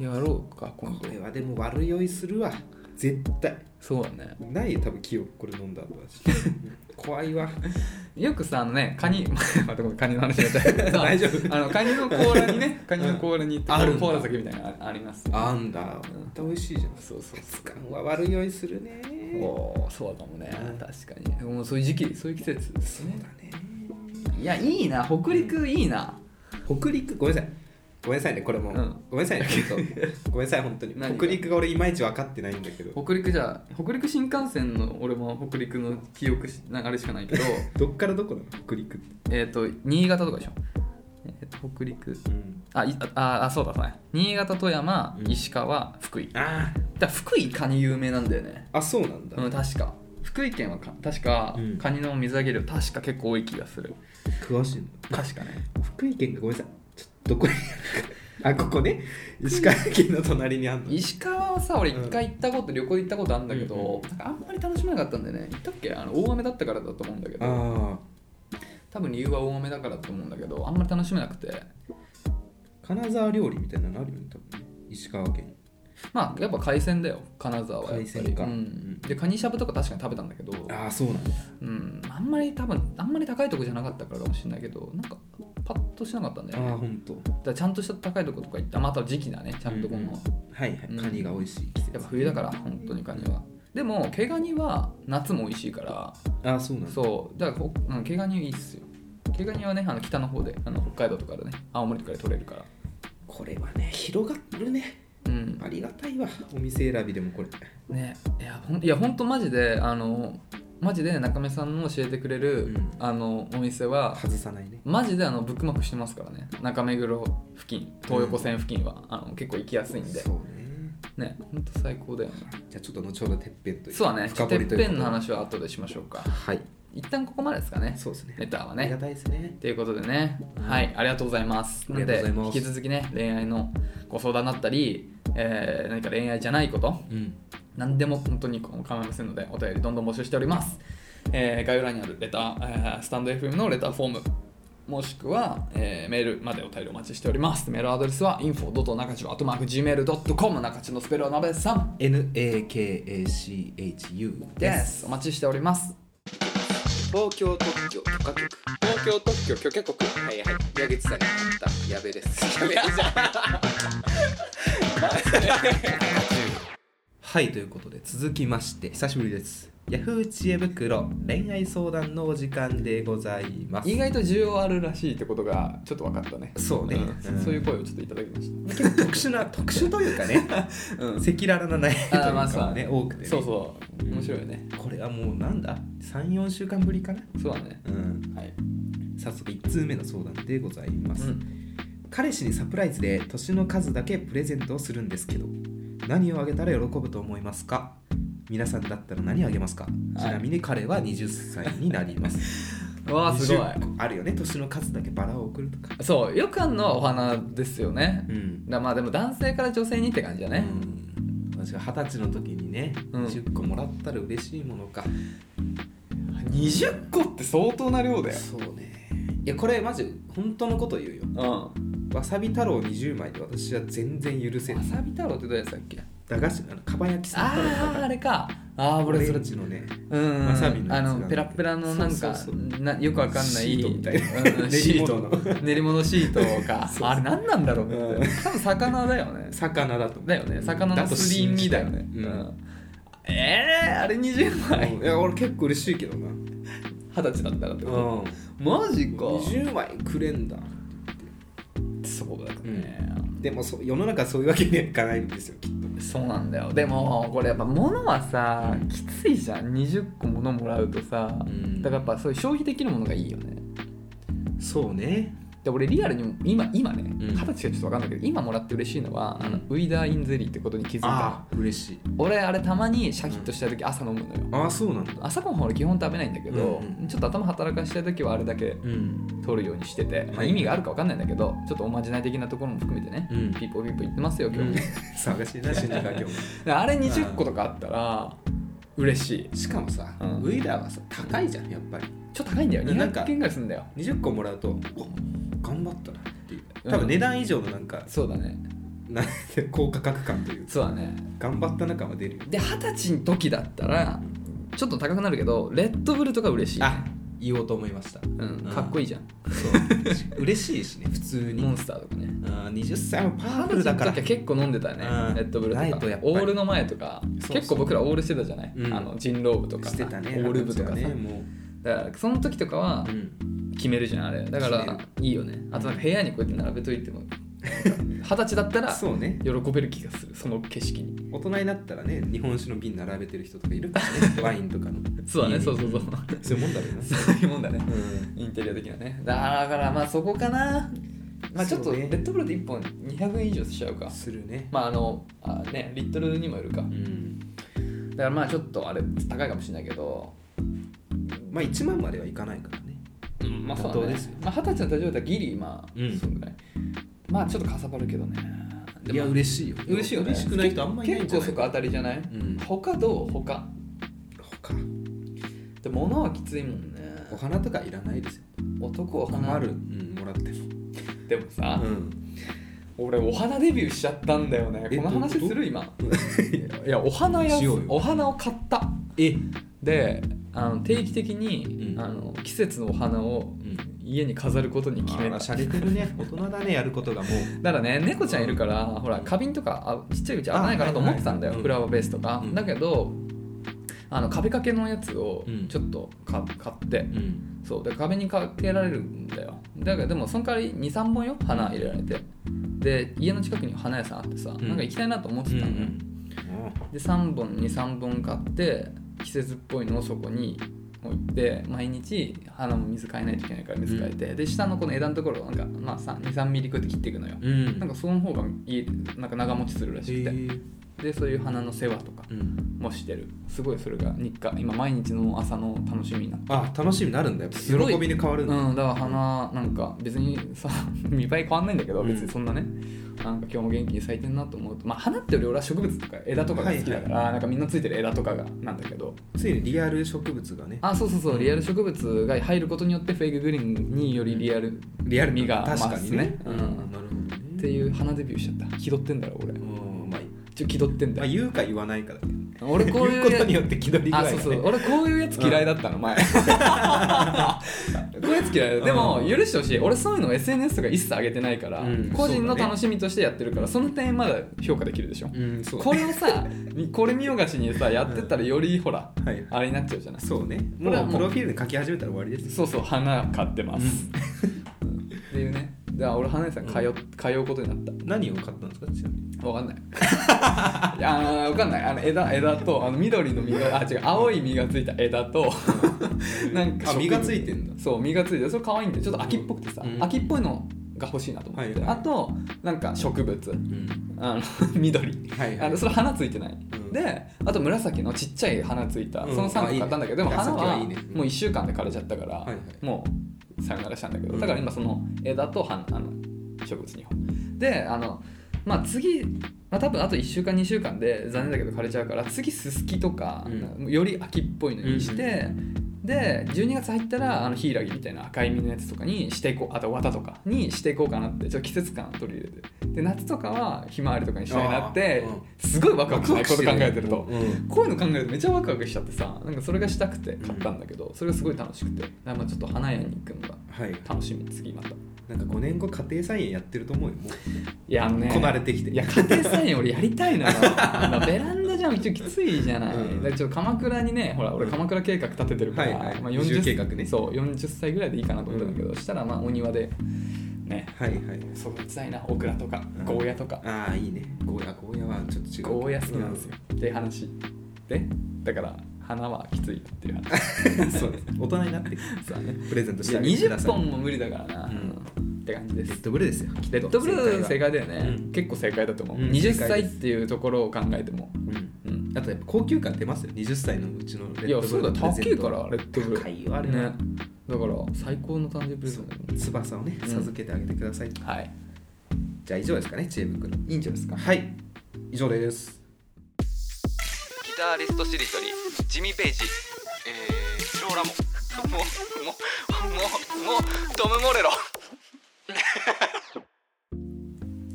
Speaker 2: やろうか今
Speaker 1: こ
Speaker 2: 度
Speaker 1: れはでも悪酔いするわ絶対
Speaker 2: そうだね
Speaker 1: ないよ多分記憶これ飲んだ後だし <laughs> 怖いわ
Speaker 2: よくさあのねカニまたこのカニの話にな <laughs> っちゃう
Speaker 1: 大丈夫
Speaker 2: あのカニの甲羅にねカニの甲羅に
Speaker 1: あるんだ
Speaker 2: ポーラ酒みたいなのありますよ
Speaker 1: あんだまた美味しいじゃん
Speaker 2: そうそう
Speaker 1: 熱燗は悪酔いするね
Speaker 2: おーそうかもね
Speaker 1: うん
Speaker 2: 確かにもうそういう時期そういう季節です
Speaker 1: そう
Speaker 2: ね
Speaker 1: だね
Speaker 2: いやいいな北陸いいな
Speaker 1: 北陸ごめんなさいごめんなさいねこれも、
Speaker 2: うん
Speaker 1: ごめんなさいね本当ごめんなさい本当に
Speaker 2: 何が
Speaker 1: 北陸が俺いまいち分かってないんだけど
Speaker 2: 北陸じゃ北陸新幹線の俺も北陸の記憶しなんかあれしかない <laughs> けど
Speaker 1: どっからどこなの北陸って、
Speaker 2: えっと新潟とかでしょえーと北陸
Speaker 1: うん、
Speaker 2: あいああそうだそうだ新潟富山
Speaker 1: うん
Speaker 2: 石川福井だか
Speaker 1: あ
Speaker 2: ら福井カニ有名なんだよね
Speaker 1: ああそうなんだ、
Speaker 2: うん、確か福井県はか確か、
Speaker 1: うん
Speaker 2: カニの水揚げ量確か結構多い気がする
Speaker 1: 詳しいの
Speaker 2: 確かね
Speaker 1: 福井県がごめんなさいちょっとどこにあるかあここね石川県の隣にあんの
Speaker 2: 石川はさ俺一回行ったこと、旅行行ったことあるんだけど、
Speaker 1: うんうん
Speaker 2: なんかあんまり楽しめなかったんだよね行ったっけあの大雨だったからだと思うんだけど
Speaker 1: ああ
Speaker 2: 多分理由は大雨だからだと思うんだけどあんまり楽しめなくて
Speaker 1: 金沢料理みたいなのあるよね多分ね石川県
Speaker 2: まあやっぱ海鮮だよ金沢はやっぱり
Speaker 1: 海鮮かう
Speaker 2: う、
Speaker 1: んん
Speaker 2: でカニしゃぶとか確かに食べたんだけど
Speaker 1: ああそうなんだ
Speaker 2: うんあんまり多分あんまり高いとこじゃなかったからかもしれないけどなんかパッとしなかったんだ
Speaker 1: あ
Speaker 2: よね
Speaker 1: あほんと
Speaker 2: だからちゃんとした高いとことか行ったまた時期だねちゃんとこの、
Speaker 1: うんうんはいはい
Speaker 2: うん
Speaker 1: カニが美味しい季節
Speaker 2: やっぱ冬だから本当にカニはでも毛ガニは夏も美味しいから
Speaker 1: ああそうなんだ
Speaker 2: そうだからほうん毛ガニいいっすよ毛ガニはねあの北の方であの北海道とかでね青森とかで取れるから
Speaker 1: これはね広がってるね
Speaker 2: うん
Speaker 1: ありがたいわお店選びでもこれ
Speaker 2: ねいやほんいやほんとマジであのマジで中目さんの教えてくれる、
Speaker 1: うん
Speaker 2: あのお店は
Speaker 1: 外さないね
Speaker 2: マジであのブックマークしてますからね中目黒付近東横線付近は、あの結構行きやすいんで
Speaker 1: そうね
Speaker 2: ねほんと最高だよね
Speaker 1: じゃあちょっと後ほどてっぺんという
Speaker 2: そうだね
Speaker 1: 深
Speaker 2: て
Speaker 1: 掘
Speaker 2: っ
Speaker 1: りと
Speaker 2: ぺ
Speaker 1: いうん
Speaker 2: の
Speaker 1: ことで
Speaker 2: 話は後でしましょうか
Speaker 1: はい
Speaker 2: 一旦ここまでですかね
Speaker 1: そうですね
Speaker 2: ネタは
Speaker 1: ありが
Speaker 2: ね
Speaker 1: たいですね
Speaker 2: ということでね、
Speaker 1: うん
Speaker 2: はいありがとうございます
Speaker 1: ありがとうございます
Speaker 2: なので引き続きね恋愛のご相談だったり、えー何か恋愛じゃないこと
Speaker 1: うん
Speaker 2: 何でも本当に構いませんのでお便りどんどん募集しております、えー概要欄にあるレター、えースタンド FM のレターフォームもしくは、えーメールまでお便りお待ちしておりますメールアドレスは info.nakachu.gmail.com 中地のスペルはなべさん
Speaker 1: NAKACHU
Speaker 2: で
Speaker 1: です
Speaker 2: すお待ちしております
Speaker 1: 東京特許許可局
Speaker 2: 東京特許許可局はいはい矢口さんにったやべですやべ
Speaker 1: はいということで続きまして久しぶりですヤフー知恵袋恋愛相談のお時間でございます
Speaker 2: 意外と需要あるらしいってことがちょっと分かったね
Speaker 1: そうね
Speaker 2: んそういう声をちょっといただきまし
Speaker 1: 結構特殊な特殊というかね
Speaker 2: た、 <laughs> うん
Speaker 1: 赤裸々な悩みと
Speaker 2: あーまあ
Speaker 1: いうかね多くてね
Speaker 2: そうそう面白いよね
Speaker 1: これはもうなんだ34週間ぶりかな
Speaker 2: そうだね
Speaker 1: うん
Speaker 2: はい、
Speaker 1: 早速1通目の相談でございます、
Speaker 2: うん、
Speaker 1: 彼氏にサプライズで年の数だけプレゼントをするんですけど何をあげたら喜ぶと思いますか皆さんだったら何あげますか、
Speaker 2: はい
Speaker 1: ちなみに彼は20歳になります
Speaker 2: <laughs> うわあすごい
Speaker 1: 20あるよね年の数だけバラを贈るとか
Speaker 2: そうよくあるのはお花ですよね
Speaker 1: う、ん
Speaker 2: だまあでも男性から女性にって感じだね、
Speaker 1: うん私が二十歳の時にね、
Speaker 2: うん
Speaker 1: 10個もらったら嬉しいものか
Speaker 2: 20個って相当な量だよ
Speaker 1: そうねいやこれマジ本当のこと言うよ
Speaker 2: うんわ
Speaker 1: わさび太郎20枚で私は全然許せない
Speaker 2: さび太郎ってどうやつだっけ
Speaker 1: 駄菓子あのかば焼きさん
Speaker 2: あ
Speaker 1: 太郎だか
Speaker 2: ああ
Speaker 1: ら
Speaker 2: れかああ
Speaker 1: オ
Speaker 2: 俺
Speaker 1: レ
Speaker 2: それ
Speaker 1: ンジのね
Speaker 2: うん
Speaker 1: わさびの
Speaker 2: あ
Speaker 1: やつが
Speaker 2: のペラペラのなんか
Speaker 1: そうそう
Speaker 2: なよくわかんない
Speaker 1: シートみたい
Speaker 2: うん
Speaker 1: な
Speaker 2: シート
Speaker 1: 練り物
Speaker 2: 練り物シート
Speaker 1: <laughs>
Speaker 2: か
Speaker 1: そうそう
Speaker 2: あれ何なんだろうね
Speaker 1: うん
Speaker 2: 多分魚だよね
Speaker 1: 魚だと思う
Speaker 2: だよね魚のすり身だよね
Speaker 1: だと信じたいうん
Speaker 2: ええー、あれ20枚
Speaker 1: い
Speaker 2: <laughs>
Speaker 1: や俺結構嬉しいけどなうん
Speaker 2: 二十歳だったらってことマジか
Speaker 1: 20枚くれんだ
Speaker 2: そうだよね、
Speaker 1: でもそ世の中そういうわけにはいかないんですよきっと
Speaker 2: そうなんだよでもこれやっぱ物はさきついじゃん20個物もらうとさ、
Speaker 1: うん
Speaker 2: だからやっぱそういう消費できるものがいいよね
Speaker 1: そうね
Speaker 2: で俺リアルに今今ね
Speaker 1: ん
Speaker 2: 二十歳がちょっと分かんないけど今もらって嬉しいのは、あの
Speaker 1: うん
Speaker 2: ウィダーインゼリーってことに気づいた
Speaker 1: ああ嬉しい
Speaker 2: 俺あれたまにシャキッとした時朝飲むのよ
Speaker 1: ああそうなんだ
Speaker 2: 朝ごはんは俺基本食べないんだけど、
Speaker 1: うんうん
Speaker 2: ちょっと頭働かしたい時はあれだけ
Speaker 1: うん
Speaker 2: 取るようにしてて、まあ、意味があるか分かんないんだけどちょっとおまじない的なところも含めてね、
Speaker 1: うん
Speaker 2: ピーポーピーポー言ってますよ今日も、
Speaker 1: 騒がしいな新宿は今日も <laughs>
Speaker 2: で <laughs> あれ20個とかあったら嬉しい
Speaker 1: しかもさ、
Speaker 2: うん
Speaker 1: ウィダーはさ高いじゃんやっぱり
Speaker 2: ちょっと高いんだよ
Speaker 1: なんか
Speaker 2: 200円ぐらいするんだよ
Speaker 1: 20個もらうとお頑張ったなっていう多分値段以上のなんか、
Speaker 2: そうだね
Speaker 1: なんて高価格感という
Speaker 2: そうだね
Speaker 1: 頑張った中は出るよ
Speaker 2: で二十歳の時だったらちょっと高くなるけどレッドブルとか嬉しい、
Speaker 1: あ言おうと思いました
Speaker 2: うん、かっこいい
Speaker 1: い
Speaker 2: じゃん、
Speaker 1: そう嬉しいしね普通に
Speaker 2: モンスターとかね
Speaker 1: あー20歳もパ
Speaker 2: 二
Speaker 1: ープ
Speaker 2: 十
Speaker 1: ルだか
Speaker 2: 歳の時
Speaker 1: ら
Speaker 2: は結構飲んでたよね、
Speaker 1: うん
Speaker 2: レッドブルとか
Speaker 1: ないとやっぱり
Speaker 2: オールの前とか
Speaker 1: そうそう
Speaker 2: 結構僕らオールしてたじゃない、
Speaker 1: うん
Speaker 2: あの人狼部とか
Speaker 1: してたね
Speaker 2: オール部とかさ、
Speaker 1: 二十歳はねも
Speaker 2: だからその時とかは
Speaker 1: う、うん、
Speaker 2: 決めるじゃんあれだか
Speaker 1: 決
Speaker 2: ら
Speaker 1: め
Speaker 2: いいよねあとなんか部屋にこうやって並べと
Speaker 1: <laughs>
Speaker 2: いても二十歳だったら
Speaker 1: そうね
Speaker 2: 喜べる気がするその景色に
Speaker 1: 大人になったらね日本酒の瓶並べてる人とかいるから <laughs> ねワインとかの
Speaker 2: そうだね
Speaker 1: 家に
Speaker 2: そうそうそう
Speaker 1: <laughs> そういうもんだろうな
Speaker 2: そういうもんだね
Speaker 1: うん
Speaker 2: インテリア的なねだからまあそこかなまあちょっと
Speaker 1: そう
Speaker 2: レ
Speaker 1: ね
Speaker 2: ッドブルで1本200円以上しちゃうか
Speaker 1: するね、
Speaker 2: まああのあねリットルにもよるか
Speaker 1: うん、
Speaker 2: だからまあちょっとあれ高いかもしれないけど
Speaker 1: まあ1万まではいかないからね
Speaker 2: うんまあそう
Speaker 1: 妥
Speaker 2: だ
Speaker 1: 当
Speaker 2: ね
Speaker 1: ですよ
Speaker 2: まあ二十歳の誕生日だったらギリまあ
Speaker 1: うん
Speaker 2: そんぐらいまあちょっとかさばるけどねでも
Speaker 1: いや嬉しいよ
Speaker 2: 嬉しいよね
Speaker 1: 嬉しくない人あんまいないんじゃない
Speaker 2: 結構そこ当たりじゃない、
Speaker 1: ん
Speaker 2: 他どう他
Speaker 1: 他
Speaker 2: で物はきついもんね
Speaker 1: お花とかいらないですよ
Speaker 2: 男お花
Speaker 1: 困る、うん、もらっても、
Speaker 2: でもさ、
Speaker 1: うん、
Speaker 2: 俺お花デビューしちゃったんだよね
Speaker 1: え
Speaker 2: この話
Speaker 1: どういうこと
Speaker 2: する今いやお花や
Speaker 1: しようよ
Speaker 2: お花を買った
Speaker 1: え
Speaker 2: であの定期的に、
Speaker 1: うん
Speaker 2: あの季節のお花を
Speaker 1: うん
Speaker 2: 家に飾ることに決め
Speaker 1: あ
Speaker 2: た
Speaker 1: ーしゃれてるね大人だねやることがもう
Speaker 2: だからね猫ちゃんいるから、ほら花瓶とかあちっちゃいうち合わないかなと思ってたんだよ、
Speaker 1: あはい
Speaker 2: フ
Speaker 1: は
Speaker 2: ラワーベースとか、
Speaker 1: うん
Speaker 2: だけどあの壁掛けのやつを
Speaker 1: うん
Speaker 2: ちょっとか、買って
Speaker 1: うん
Speaker 2: そうで壁にかけられるんだよだからでもその代わり23本よ花入れられてで家の近くに花屋さんあってさ、
Speaker 1: ん
Speaker 2: なんか行きたいなと思ってたのよ、で3本23本買って季節っぽいのをそこに置いて毎日花も水変えないといけないから水変えて、で下のこの枝のところをなんか、まあ、23ミリこうやって切っていくのよ、
Speaker 1: うん
Speaker 2: なんかその方がいいなんか長持ちするらしくて、
Speaker 1: ー
Speaker 2: でそういう花の世話とか
Speaker 1: うん、
Speaker 2: もしてるすごいそれが日課今毎日の朝の楽しみになって
Speaker 1: あ楽しみになるんだよ喜
Speaker 2: すごい
Speaker 1: びに変わるんだ、
Speaker 2: うん、だから花なんか別にさ <laughs> 見栄え変わんないんだけど
Speaker 1: うん
Speaker 2: 別にそんなね、なんか今日も元気に咲いてんなと思うとまあ花ってより俺は植物とか枝とかが好きだから、なんかみんなついてる枝とかがなんだけど
Speaker 1: ついにリアル植物がね
Speaker 2: あそうそうそうリアル植物が入ることによってフェイクグリーンによりリアル
Speaker 1: リアル
Speaker 2: 味が増
Speaker 1: 確か
Speaker 2: す
Speaker 1: に
Speaker 2: ね
Speaker 1: ね
Speaker 2: う
Speaker 1: うん
Speaker 2: ん、
Speaker 1: なるほどね
Speaker 2: っていう花デビューしちゃった気取ってんだろ俺
Speaker 1: うんまあ
Speaker 2: ちょ気取ってんだ
Speaker 1: まあ
Speaker 2: よ
Speaker 1: 言うか言わないかだけどね
Speaker 2: 俺こういう
Speaker 1: 言うことによって気取り具合
Speaker 2: あ
Speaker 1: が、ね、 <laughs>
Speaker 2: そうそう俺こういうやつ嫌いだったの前こういうやつ嫌いだでも
Speaker 1: うん
Speaker 2: 許してほしい俺そういうの SNS とか一切上げてないから、
Speaker 1: うん
Speaker 2: 個人の
Speaker 1: そうだね
Speaker 2: 楽しみとしてやってるからその点まだ評価できるでしょ、
Speaker 1: うんそう
Speaker 2: これをさみこれ見よがしにさやってたらよりほら、
Speaker 1: はい
Speaker 2: あれになっちゃうじゃない
Speaker 1: そうね
Speaker 2: これは
Speaker 1: もう
Speaker 2: もう
Speaker 1: プロフィールに書き始めたら終わりです
Speaker 2: そうそう花買ってます、っていうねだから俺花屋さん通,、う通うことになった
Speaker 1: 何を買ったんですかちなみに
Speaker 2: わかんない <laughs> いやあのわかんないあの枝枝とあの緑の実があ違う青い実がついた枝と
Speaker 1: <laughs>
Speaker 2: <laughs> なんか
Speaker 1: あ実がついてんだ
Speaker 2: そう実がついてそれ可愛いんでちょっと秋っぽくてさ、
Speaker 1: うん
Speaker 2: 秋っぽいのが欲しいなと思って、
Speaker 1: はいはい
Speaker 2: あとなんか植物
Speaker 1: うん
Speaker 2: あの緑
Speaker 1: はい
Speaker 2: あのそれ花ついてない、
Speaker 1: ん
Speaker 2: であと紫のちっちゃい花ついた、
Speaker 1: うん
Speaker 2: その3個買ったんだけ
Speaker 1: あいいね
Speaker 2: ど、でも花は
Speaker 1: 紫はいいね
Speaker 2: もう1週間で枯れちゃったから、
Speaker 1: はいはい
Speaker 2: もうさよならしたんだけど、
Speaker 1: うん
Speaker 2: だから今その枝と花あの植物2本であのまあ次まあ多分あと1週間2週間で残念だけど枯れちゃうから次すすきとか、
Speaker 1: う
Speaker 2: より秋っぽいのにして、で12月入ったらあのヒイラギみたいな赤い実のやつとかにしていこうあと綿とかにしていこうかなってちょっと季節感を取り入れてで夏とかはひまわりとかにしたいなって
Speaker 1: あー
Speaker 2: すごいワクワクしないこと考えてると
Speaker 1: うん
Speaker 2: こういうの考えるとめちゃワクワクしちゃってさなんかそれがしたくて買ったんだけどそれがすごい楽しくてだからまあちょっと花屋に行くのが
Speaker 1: はい
Speaker 2: 楽しみ次またい
Speaker 1: なんか5年後家庭菜園やってると思うよも
Speaker 2: やあの
Speaker 1: う
Speaker 2: ね
Speaker 1: こなれてきて
Speaker 2: いや家庭菜園俺やりたいな
Speaker 1: <laughs>
Speaker 2: あのベランダじゃん一応きついじゃない、
Speaker 1: うん
Speaker 2: だからちょっと鎌倉にねほら俺鎌倉計画立ててるから、
Speaker 1: はいはい
Speaker 2: まあ、
Speaker 1: 移住計画ね
Speaker 2: そう40歳ぐらいでいいかなと思ったんだけど、したらまあお庭でね
Speaker 1: はいはい
Speaker 2: 育ちたいなオクラとか
Speaker 1: うん
Speaker 2: ゴーヤとか、
Speaker 1: ああいいねゴーヤゴーヤはちょっと違う
Speaker 2: ゴーヤ好きなんですよ、っていう話でだから花はきついっていう話
Speaker 1: うん <laughs> そうです大人になって
Speaker 2: そうだね
Speaker 1: プレゼントしてあげてくだ
Speaker 2: 20
Speaker 1: さい
Speaker 2: 本も無理だからな、って感じで
Speaker 1: レ
Speaker 2: す
Speaker 1: ッドブルですよきっと
Speaker 2: レッドブルー正
Speaker 1: 正解は
Speaker 2: 解だよね、
Speaker 1: うん
Speaker 2: 結構正解だと思う、
Speaker 1: うん
Speaker 2: 20
Speaker 1: 正解
Speaker 2: 歳
Speaker 1: で
Speaker 2: っ
Speaker 1: す
Speaker 2: ていうところを考えても、
Speaker 1: うん
Speaker 2: うん、
Speaker 1: あとやっぱ高級感出ますよ20歳のうちのレ
Speaker 2: い
Speaker 1: ッ
Speaker 2: や
Speaker 1: ド
Speaker 2: そ
Speaker 1: ブ
Speaker 2: う
Speaker 1: ルのプ
Speaker 2: だ
Speaker 1: レ
Speaker 2: 高
Speaker 1: ゼント
Speaker 2: いからレッドブル
Speaker 1: 高いよあれは
Speaker 2: ねだから最高の誕生日プレゼントだね
Speaker 1: 翼をね
Speaker 2: うん
Speaker 1: 授けてあげてください、
Speaker 2: はい
Speaker 1: じゃあ以上ですかね知恵袋
Speaker 2: いいんじゃないですか
Speaker 1: はい以上です
Speaker 2: ギタリストしりとりジミー・ペイジえー、ローラモもうもうもうもうトム・モレロ
Speaker 1: <laughs>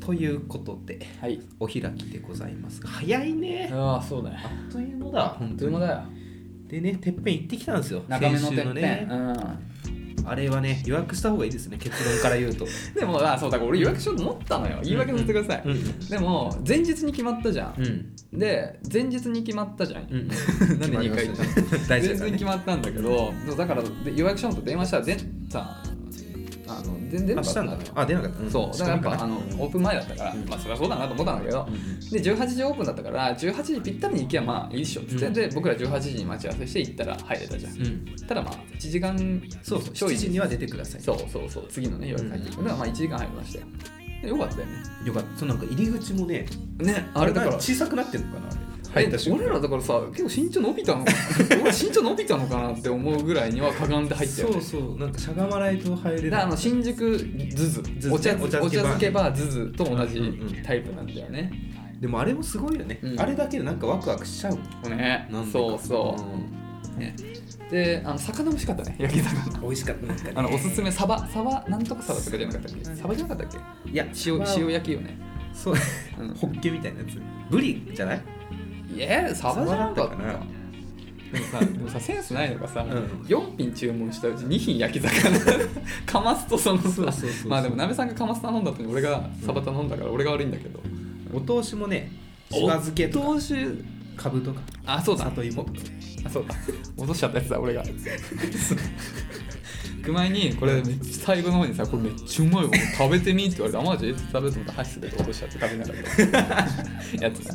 Speaker 1: ということで
Speaker 2: はい
Speaker 1: お開きでございますが早いね
Speaker 2: ああそうだね
Speaker 1: あっという間だ
Speaker 2: あ
Speaker 1: 本
Speaker 2: っと
Speaker 1: 当
Speaker 2: いう間
Speaker 1: に
Speaker 2: だよ
Speaker 1: でねてっぺん行ってきたんですよ
Speaker 2: 中目のてっぺ
Speaker 1: 先週
Speaker 2: ん、う
Speaker 1: あれはね予約した方がいいですね結論から
Speaker 2: <laughs>
Speaker 1: 言うと
Speaker 2: ん、でもあそうだから俺予約しようと思ったのよ言い訳させてください、
Speaker 1: ん
Speaker 2: でも前日に決まったじゃん
Speaker 1: う、ん
Speaker 2: で前日に決まったじゃん、
Speaker 1: うん <laughs>
Speaker 2: なんで2回言 <laughs> ったの
Speaker 1: 大事
Speaker 2: 全
Speaker 1: だか
Speaker 2: 然
Speaker 1: ら、ね、
Speaker 2: 決まったんだけどそうだからで予約しようと電話したらでさあの全然出
Speaker 1: あ
Speaker 2: なかっ
Speaker 1: したたん
Speaker 2: の
Speaker 1: だ
Speaker 2: よ
Speaker 1: あ出なかった、ん
Speaker 2: そうだからやっぱあの
Speaker 1: うん
Speaker 2: オープン前だったから、
Speaker 1: うん
Speaker 2: まあそりゃそうだなと思ったんだけど、
Speaker 1: うん
Speaker 2: で18時オープンだったから18時ぴったりに行けばまあいいっしょっつって、
Speaker 1: うん
Speaker 2: で僕ら18時に待ち合わせして行ったら入れたじゃん、
Speaker 1: うん
Speaker 2: ただまあ1時間
Speaker 1: そうそう
Speaker 2: ちょい
Speaker 1: 7時には出てください
Speaker 2: そうそうそう次のね予約入ってくるだからまあ1時間入りましたよでよかったよね
Speaker 1: よかったそうなんか入り口もね
Speaker 2: ねあれだから
Speaker 1: 小さくなってるのかなあれ
Speaker 2: え俺らだからさ結構身長伸びたのか
Speaker 1: <laughs>
Speaker 2: な俺身長伸びたのかなって思うぐらいにはかがんで入ったよね
Speaker 1: そうそうなんかしゃがまないと入れない
Speaker 2: だからあの新宿ズズ
Speaker 1: ズズ
Speaker 2: お茶
Speaker 1: お
Speaker 2: お茶
Speaker 1: 茶漬けバー
Speaker 2: 漬けバーズズと同
Speaker 1: うん
Speaker 2: じ
Speaker 1: うんうん
Speaker 2: タイプなんだよね。
Speaker 1: でもあれもすごいよね、
Speaker 2: うん
Speaker 1: あれだけでなんかワクワクしちゃうもん
Speaker 2: ね
Speaker 1: なんでか
Speaker 2: そうそう。ね、であの魚美味しかったね <laughs> 焼き魚。
Speaker 1: うん美味しかったなんかね
Speaker 2: あのおすすめサバサバなんとかサバとかじゃなかったっけサバじゃなかったっけ
Speaker 1: いや
Speaker 2: 塩
Speaker 1: まあ
Speaker 2: 塩焼きよね。
Speaker 1: そう
Speaker 2: うん
Speaker 1: ホッケみたいなやつブリじゃない
Speaker 2: いやサバじゃなかった
Speaker 1: サバだったか
Speaker 2: でもさでもさセンスないのがさ、
Speaker 1: うん
Speaker 2: 4品注文したうち2品焼き魚 <laughs> かますとそのさ
Speaker 1: そうそうそう
Speaker 2: まあでもなべさんがかます頼んだ後に俺がサバ頼んだから俺が悪いんだけど
Speaker 1: お通しもねしば漬けとか
Speaker 2: 投手
Speaker 1: かぶとか
Speaker 2: あそうだ
Speaker 1: 里芋とか
Speaker 2: あそうだ戻しちゃったやつだ俺 <laughs> が行く前にこれめっちゃ最後の方にさこれめっちゃうまいわ食べてみって言われてあマジ食べると思った箸で落としちゃって食べなかった <laughs> やつ
Speaker 1: そう
Speaker 2: だ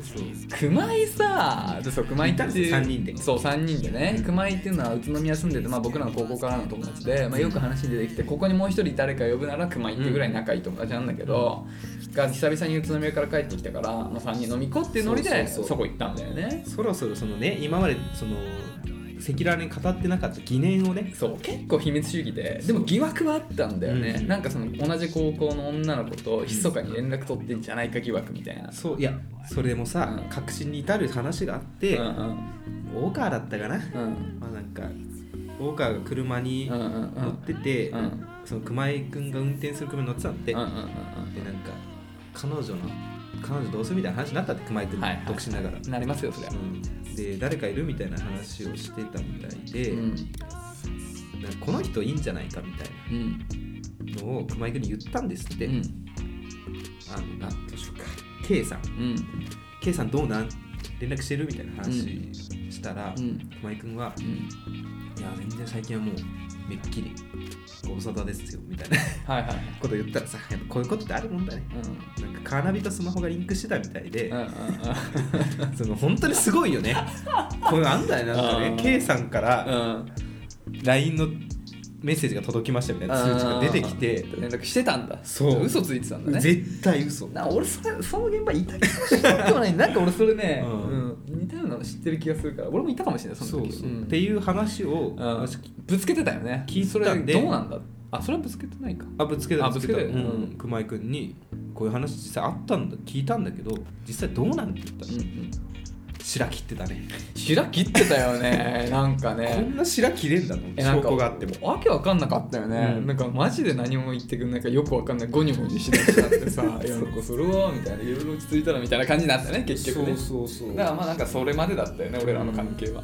Speaker 1: そう
Speaker 2: 熊井さでそう熊井っていう
Speaker 1: 三人で
Speaker 2: そう3人でね熊井っていうのは宇都宮住んでて、まあ、僕らの高校からの友達で、まあ、よく話に出てきてここにもう一人誰か呼ぶなら熊井っていうぐらい仲いい友達なんだけど、が久々に宇都宮から帰ってきたから、まあ、3人飲み行こうっていうノリで
Speaker 1: そうそうそう
Speaker 2: そこ行ったんだよね
Speaker 1: そろそろそのね今までその赤裸々に語ってなかった疑念をね
Speaker 2: そう結構秘密主義ででも疑惑はあったんだよね、
Speaker 1: うん
Speaker 2: なんかその同じ高校の女の子と密かに連絡取ってんじゃないか疑惑みたいな、
Speaker 1: そういやそれもさ、
Speaker 2: うん
Speaker 1: 確信に至る話があっ
Speaker 2: う
Speaker 1: て、
Speaker 2: んうん
Speaker 1: 大川だったかな、
Speaker 2: うん
Speaker 1: まあなんか大川が車に
Speaker 2: うんうんうん
Speaker 1: 乗ってて、
Speaker 2: うんうん
Speaker 1: その熊井君が運転する車に乗ってたんで、
Speaker 2: うんうん
Speaker 1: でなんか彼女の彼女どうするみたいな話になったって熊井君、
Speaker 2: はいはい
Speaker 1: 独身だから、
Speaker 2: うんなりますよそりゃ
Speaker 1: うんで誰かいるみたいな話をしてたみたいで、
Speaker 2: うん
Speaker 1: なんかこの人いいんじゃないかみたいな
Speaker 2: うん
Speaker 1: のを熊井君に言ったんですって、
Speaker 2: うん
Speaker 1: あのあどうしようか K さん
Speaker 2: うん
Speaker 1: K さんどうなん連絡してるみたいな話したら、
Speaker 2: うん
Speaker 1: 熊井君は
Speaker 2: うん
Speaker 1: 「いや全然最近はもうめっきりご無沙汰ですよ」みたいな <laughs>
Speaker 2: はいはい
Speaker 1: こと言ったらさやっぱこういうことってあるもんだね
Speaker 2: うん
Speaker 1: なんかカーナビとスマホがリンクしてたみたいで
Speaker 2: うん、うん
Speaker 1: その本当にすごいよねこういうのあんだよねなんか
Speaker 2: うん
Speaker 1: ね K さんから
Speaker 2: うん
Speaker 1: LINE のメッセージが届きましたみたいな通知が出てきて
Speaker 2: 連絡してたんだ
Speaker 1: そう
Speaker 2: 嘘ついてたんだね
Speaker 1: 絶対嘘
Speaker 2: な俺それその現場いたかもし
Speaker 1: <laughs>
Speaker 2: れないでもないなんか俺それね、
Speaker 1: うん
Speaker 2: うん似たようなの知ってる気がするから俺もいたかもしれないそ
Speaker 1: そ
Speaker 2: の
Speaker 1: う
Speaker 2: 時
Speaker 1: そう、
Speaker 2: ん
Speaker 1: っていう話を、
Speaker 2: うん
Speaker 1: 私
Speaker 2: ぶつけてたよね
Speaker 1: 聞い
Speaker 2: そ
Speaker 1: たんで
Speaker 2: れどうなんだあそれはぶつけてないか
Speaker 1: あぶつけた
Speaker 2: あぶつけた
Speaker 1: う
Speaker 2: うん
Speaker 1: ん、熊井君にこういう話実際あったんだ聞いたんだけど実際どうなんて言ったら、
Speaker 2: ん
Speaker 1: 白切ってたね、
Speaker 2: 白切ってたよね <laughs> なんか
Speaker 1: こ
Speaker 2: ね
Speaker 1: んな白切れんだの
Speaker 2: えなん
Speaker 1: 証
Speaker 2: か
Speaker 1: 拠があっても
Speaker 2: わけわかんなかったよね、
Speaker 1: うん
Speaker 2: なんかマジで何も言ってくんないからよくわかんないゴニョゴニョしだしたってさいやなんか <laughs> それはみたいないろいろ落ち着いたらみたいな感じになったね結局
Speaker 1: そ
Speaker 2: ね
Speaker 1: うそうそう
Speaker 2: だからまあなんかそれまでだったよね俺らの関係は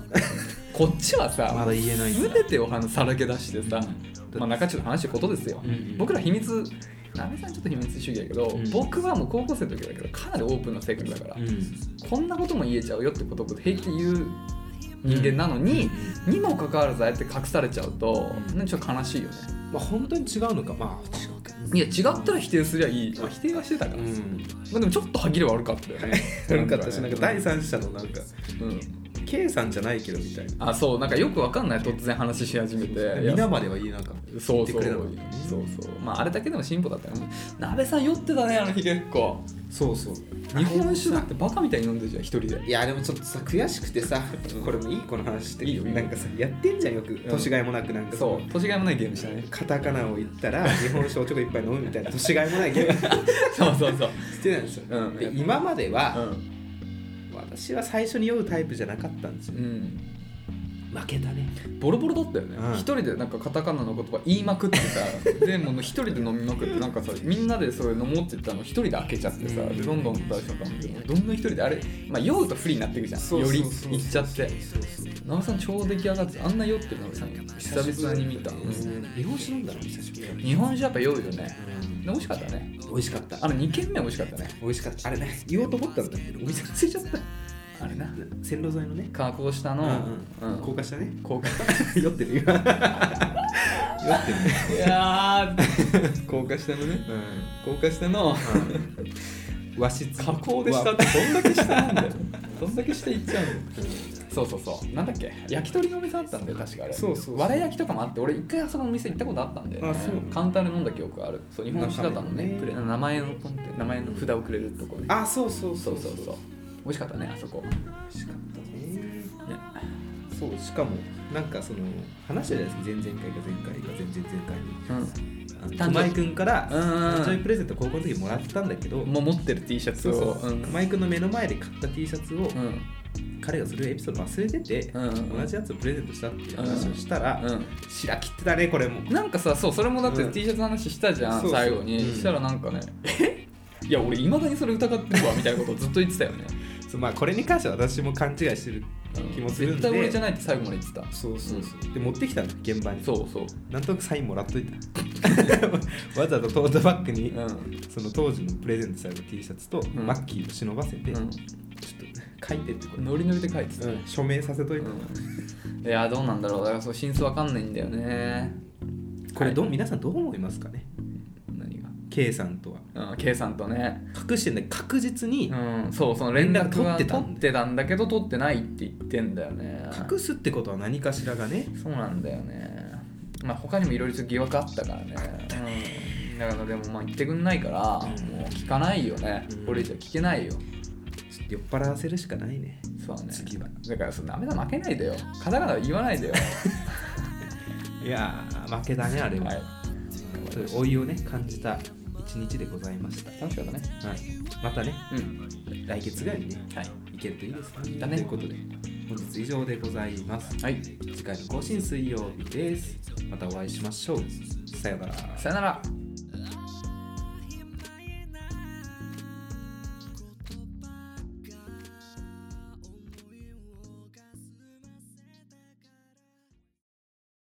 Speaker 2: こっちはさ
Speaker 1: まだ言えないんだ
Speaker 2: 全てお話さらけ出してさ、まあ、中中の話したことですよ、
Speaker 1: うんうん
Speaker 2: 僕ら秘密なべさんちょっと秘密主義だけど、
Speaker 1: うん
Speaker 2: 僕はもう高校生の時だけどかなりオープンな性格だから、
Speaker 1: うん
Speaker 2: こんなことも言えちゃうよってことを平気で言う人間なのに、にもかかわらずああやって隠されちゃうと、
Speaker 1: うん
Speaker 2: なんかちょっと悲しいよね
Speaker 1: まあ本当に違うのかまあ違うけど
Speaker 2: いや違ったら否定すりゃいい、まあ、否定はしてたから、
Speaker 1: う
Speaker 2: ま
Speaker 1: ん
Speaker 2: あ、でもちょっと歯切れ悪かったよね <laughs>
Speaker 1: 悪かったしなんか第三者のなんか
Speaker 2: うん、
Speaker 1: K さんじゃないけどみたいな
Speaker 2: あそうなんかよくわかんない突然話し始めていや
Speaker 1: 皆までは言えなかった
Speaker 2: そ
Speaker 1: 言
Speaker 2: う
Speaker 1: って
Speaker 2: そう
Speaker 1: くれ
Speaker 2: そ
Speaker 1: な
Speaker 2: う
Speaker 1: かったね
Speaker 2: そうまああれだけでも進歩だったよね鍋さん酔ってたねあの日結構
Speaker 1: そうそう
Speaker 2: 日本酒だってバカみたいに飲んでるじゃん一人で
Speaker 1: いやでもちょっとさ悔しくてさこれもいいこの話って
Speaker 2: いいよいいよ
Speaker 1: なんかさやってんじゃんよく年がいもなくなんか
Speaker 2: そう年がいもないゲームしたね
Speaker 1: カタカナを言ったら日本酒をちょこいっぱい飲むみたいな年がいもないゲームし
Speaker 2: <laughs> そうそうそう
Speaker 1: てたんですよ、
Speaker 2: うん
Speaker 1: で今まで
Speaker 2: う
Speaker 1: は、
Speaker 2: ん
Speaker 1: 私は最初に酔うタイプじゃなかったんですよ
Speaker 2: うん
Speaker 1: 負けたね
Speaker 2: ボロボロだったよね
Speaker 1: うん
Speaker 2: 一、人でなんかカタカナの言葉言いまくって <laughs> さでもう一人で飲みまくってなんかさみんなでそれ飲もうって言ったの一人で開けちゃってさ、
Speaker 1: うん
Speaker 2: でどんどん大将がどんどん一人であれ、まあ、酔うと不利になっていくじゃん
Speaker 1: そうそうそうそう
Speaker 2: よりいっちゃって直美さん超出来上がってあんな酔ってる直美さん久々に見た、うん
Speaker 1: 日本酒飲んだの久しぶり
Speaker 2: 日本酒やっぱ酔うよね
Speaker 1: うん
Speaker 2: で美味しかったね
Speaker 1: 美味しかった
Speaker 2: あの2軒目美味しかったね
Speaker 1: 美味しかったあれね言おうと思ったんだけどお店忘れちゃった
Speaker 2: あれな
Speaker 1: 線路沿いのね
Speaker 2: 加工した
Speaker 1: う
Speaker 2: の、うん
Speaker 1: 高架下 <laughs> ね
Speaker 2: 高架
Speaker 1: 酔ってる今酔ってるね
Speaker 2: いやー高架下のね高架下の
Speaker 1: 和室
Speaker 2: 加工でしたってどんだけ下なんだよどんだけ下行っちゃうんだよそうそうそうなんだっけ焼き鳥のお店あったんだよ確かあれ
Speaker 1: そうそうそう
Speaker 2: わら焼きとかもあって俺一回あそこのお店行ったことあったんで、
Speaker 1: あそう
Speaker 2: カウンターで飲んだ記憶があるそう日本酒だったもんね
Speaker 1: なんかね
Speaker 2: プレ名前のポンって名前の札をくれるとこね
Speaker 1: あそうそう
Speaker 2: そ
Speaker 1: そうう
Speaker 2: そうそう美味しかったねあそこ
Speaker 1: 美味しかったねそうしかもなんかその話したじゃないですか前々回か前回か前々前回に
Speaker 2: うん
Speaker 1: あの
Speaker 2: 誕生
Speaker 1: 熊井君から
Speaker 2: うんうんうん
Speaker 1: 誕生日プレゼント高校の時もらったんだけど
Speaker 2: もう持ってる T シャツ
Speaker 1: そう
Speaker 2: を
Speaker 1: そう
Speaker 2: うん
Speaker 1: 熊井君の目の前で買った T シャツを
Speaker 2: うん
Speaker 1: 彼がそれをエピソード忘れてて
Speaker 2: うんうん
Speaker 1: 同じやつをプレゼントしたっていう話をしたら
Speaker 2: うん
Speaker 1: 白切ってたねこれも
Speaker 2: なんかさそうそれもだって
Speaker 1: うん
Speaker 2: T シャツの話したじゃん、
Speaker 1: そうそう
Speaker 2: 最後に、
Speaker 1: うん
Speaker 2: したらなんかね「えいや俺いまだにそれ疑ってるわ」みたいなことをずっと言ってたよね、
Speaker 1: そうまあこれに関しては私も勘違いしてる
Speaker 2: うん
Speaker 1: 気もするんで
Speaker 2: 絶対俺じゃないって最後まで言ってた
Speaker 1: そうそうそうで持ってきたの現場に
Speaker 2: そうそう
Speaker 1: なんとなくサインもらっといた <laughs> わざとトートバッグに
Speaker 2: うん、
Speaker 1: その当時のプレゼントされた T シャツと、
Speaker 2: ん
Speaker 1: マッキーを忍ばせて、
Speaker 2: う
Speaker 1: ちょっ
Speaker 2: ん、
Speaker 1: と書いてってこれ、
Speaker 2: ノリノリで書いてた、
Speaker 1: うん署名させといた、
Speaker 2: うんいやどうなんだろうだからそう真相わかんないんだよね
Speaker 1: これどう、
Speaker 2: は
Speaker 1: 皆さんどう思いますかね
Speaker 2: い何
Speaker 1: K さんとは
Speaker 2: が、うん、K さんとね、
Speaker 1: 隠してんだけど確実に
Speaker 2: うん、そうその連絡は
Speaker 1: 連絡取ってたんだ
Speaker 2: 取ってたんだけど取ってないって言ってんだよね
Speaker 1: 隠すってことは何かしらがね
Speaker 2: そうなんだよねまあ他にもいろいろ疑惑あったからねうん、だからでもまあ言ってくんないから、
Speaker 1: うん
Speaker 2: もう聞かないよね、
Speaker 1: うん
Speaker 2: これじゃ聞けないよ
Speaker 1: ちょっと酔っ払わせるしかないね
Speaker 2: そうね
Speaker 1: 次は
Speaker 2: だからそうダメだ負けないでよカタカナは言わないでよ
Speaker 1: いやー負けだねあれは、
Speaker 2: はい
Speaker 1: そういう老いをね感じた一日でございました、
Speaker 2: 楽しかったね
Speaker 1: はい、またね
Speaker 2: うん
Speaker 1: 来月ぐらいにね
Speaker 2: はい
Speaker 1: いけるといいですね
Speaker 2: だね
Speaker 1: ということで本日以上でございます
Speaker 2: はい
Speaker 1: 次回の更新水曜日ですまたお会いしましょうさようなら
Speaker 2: さよなら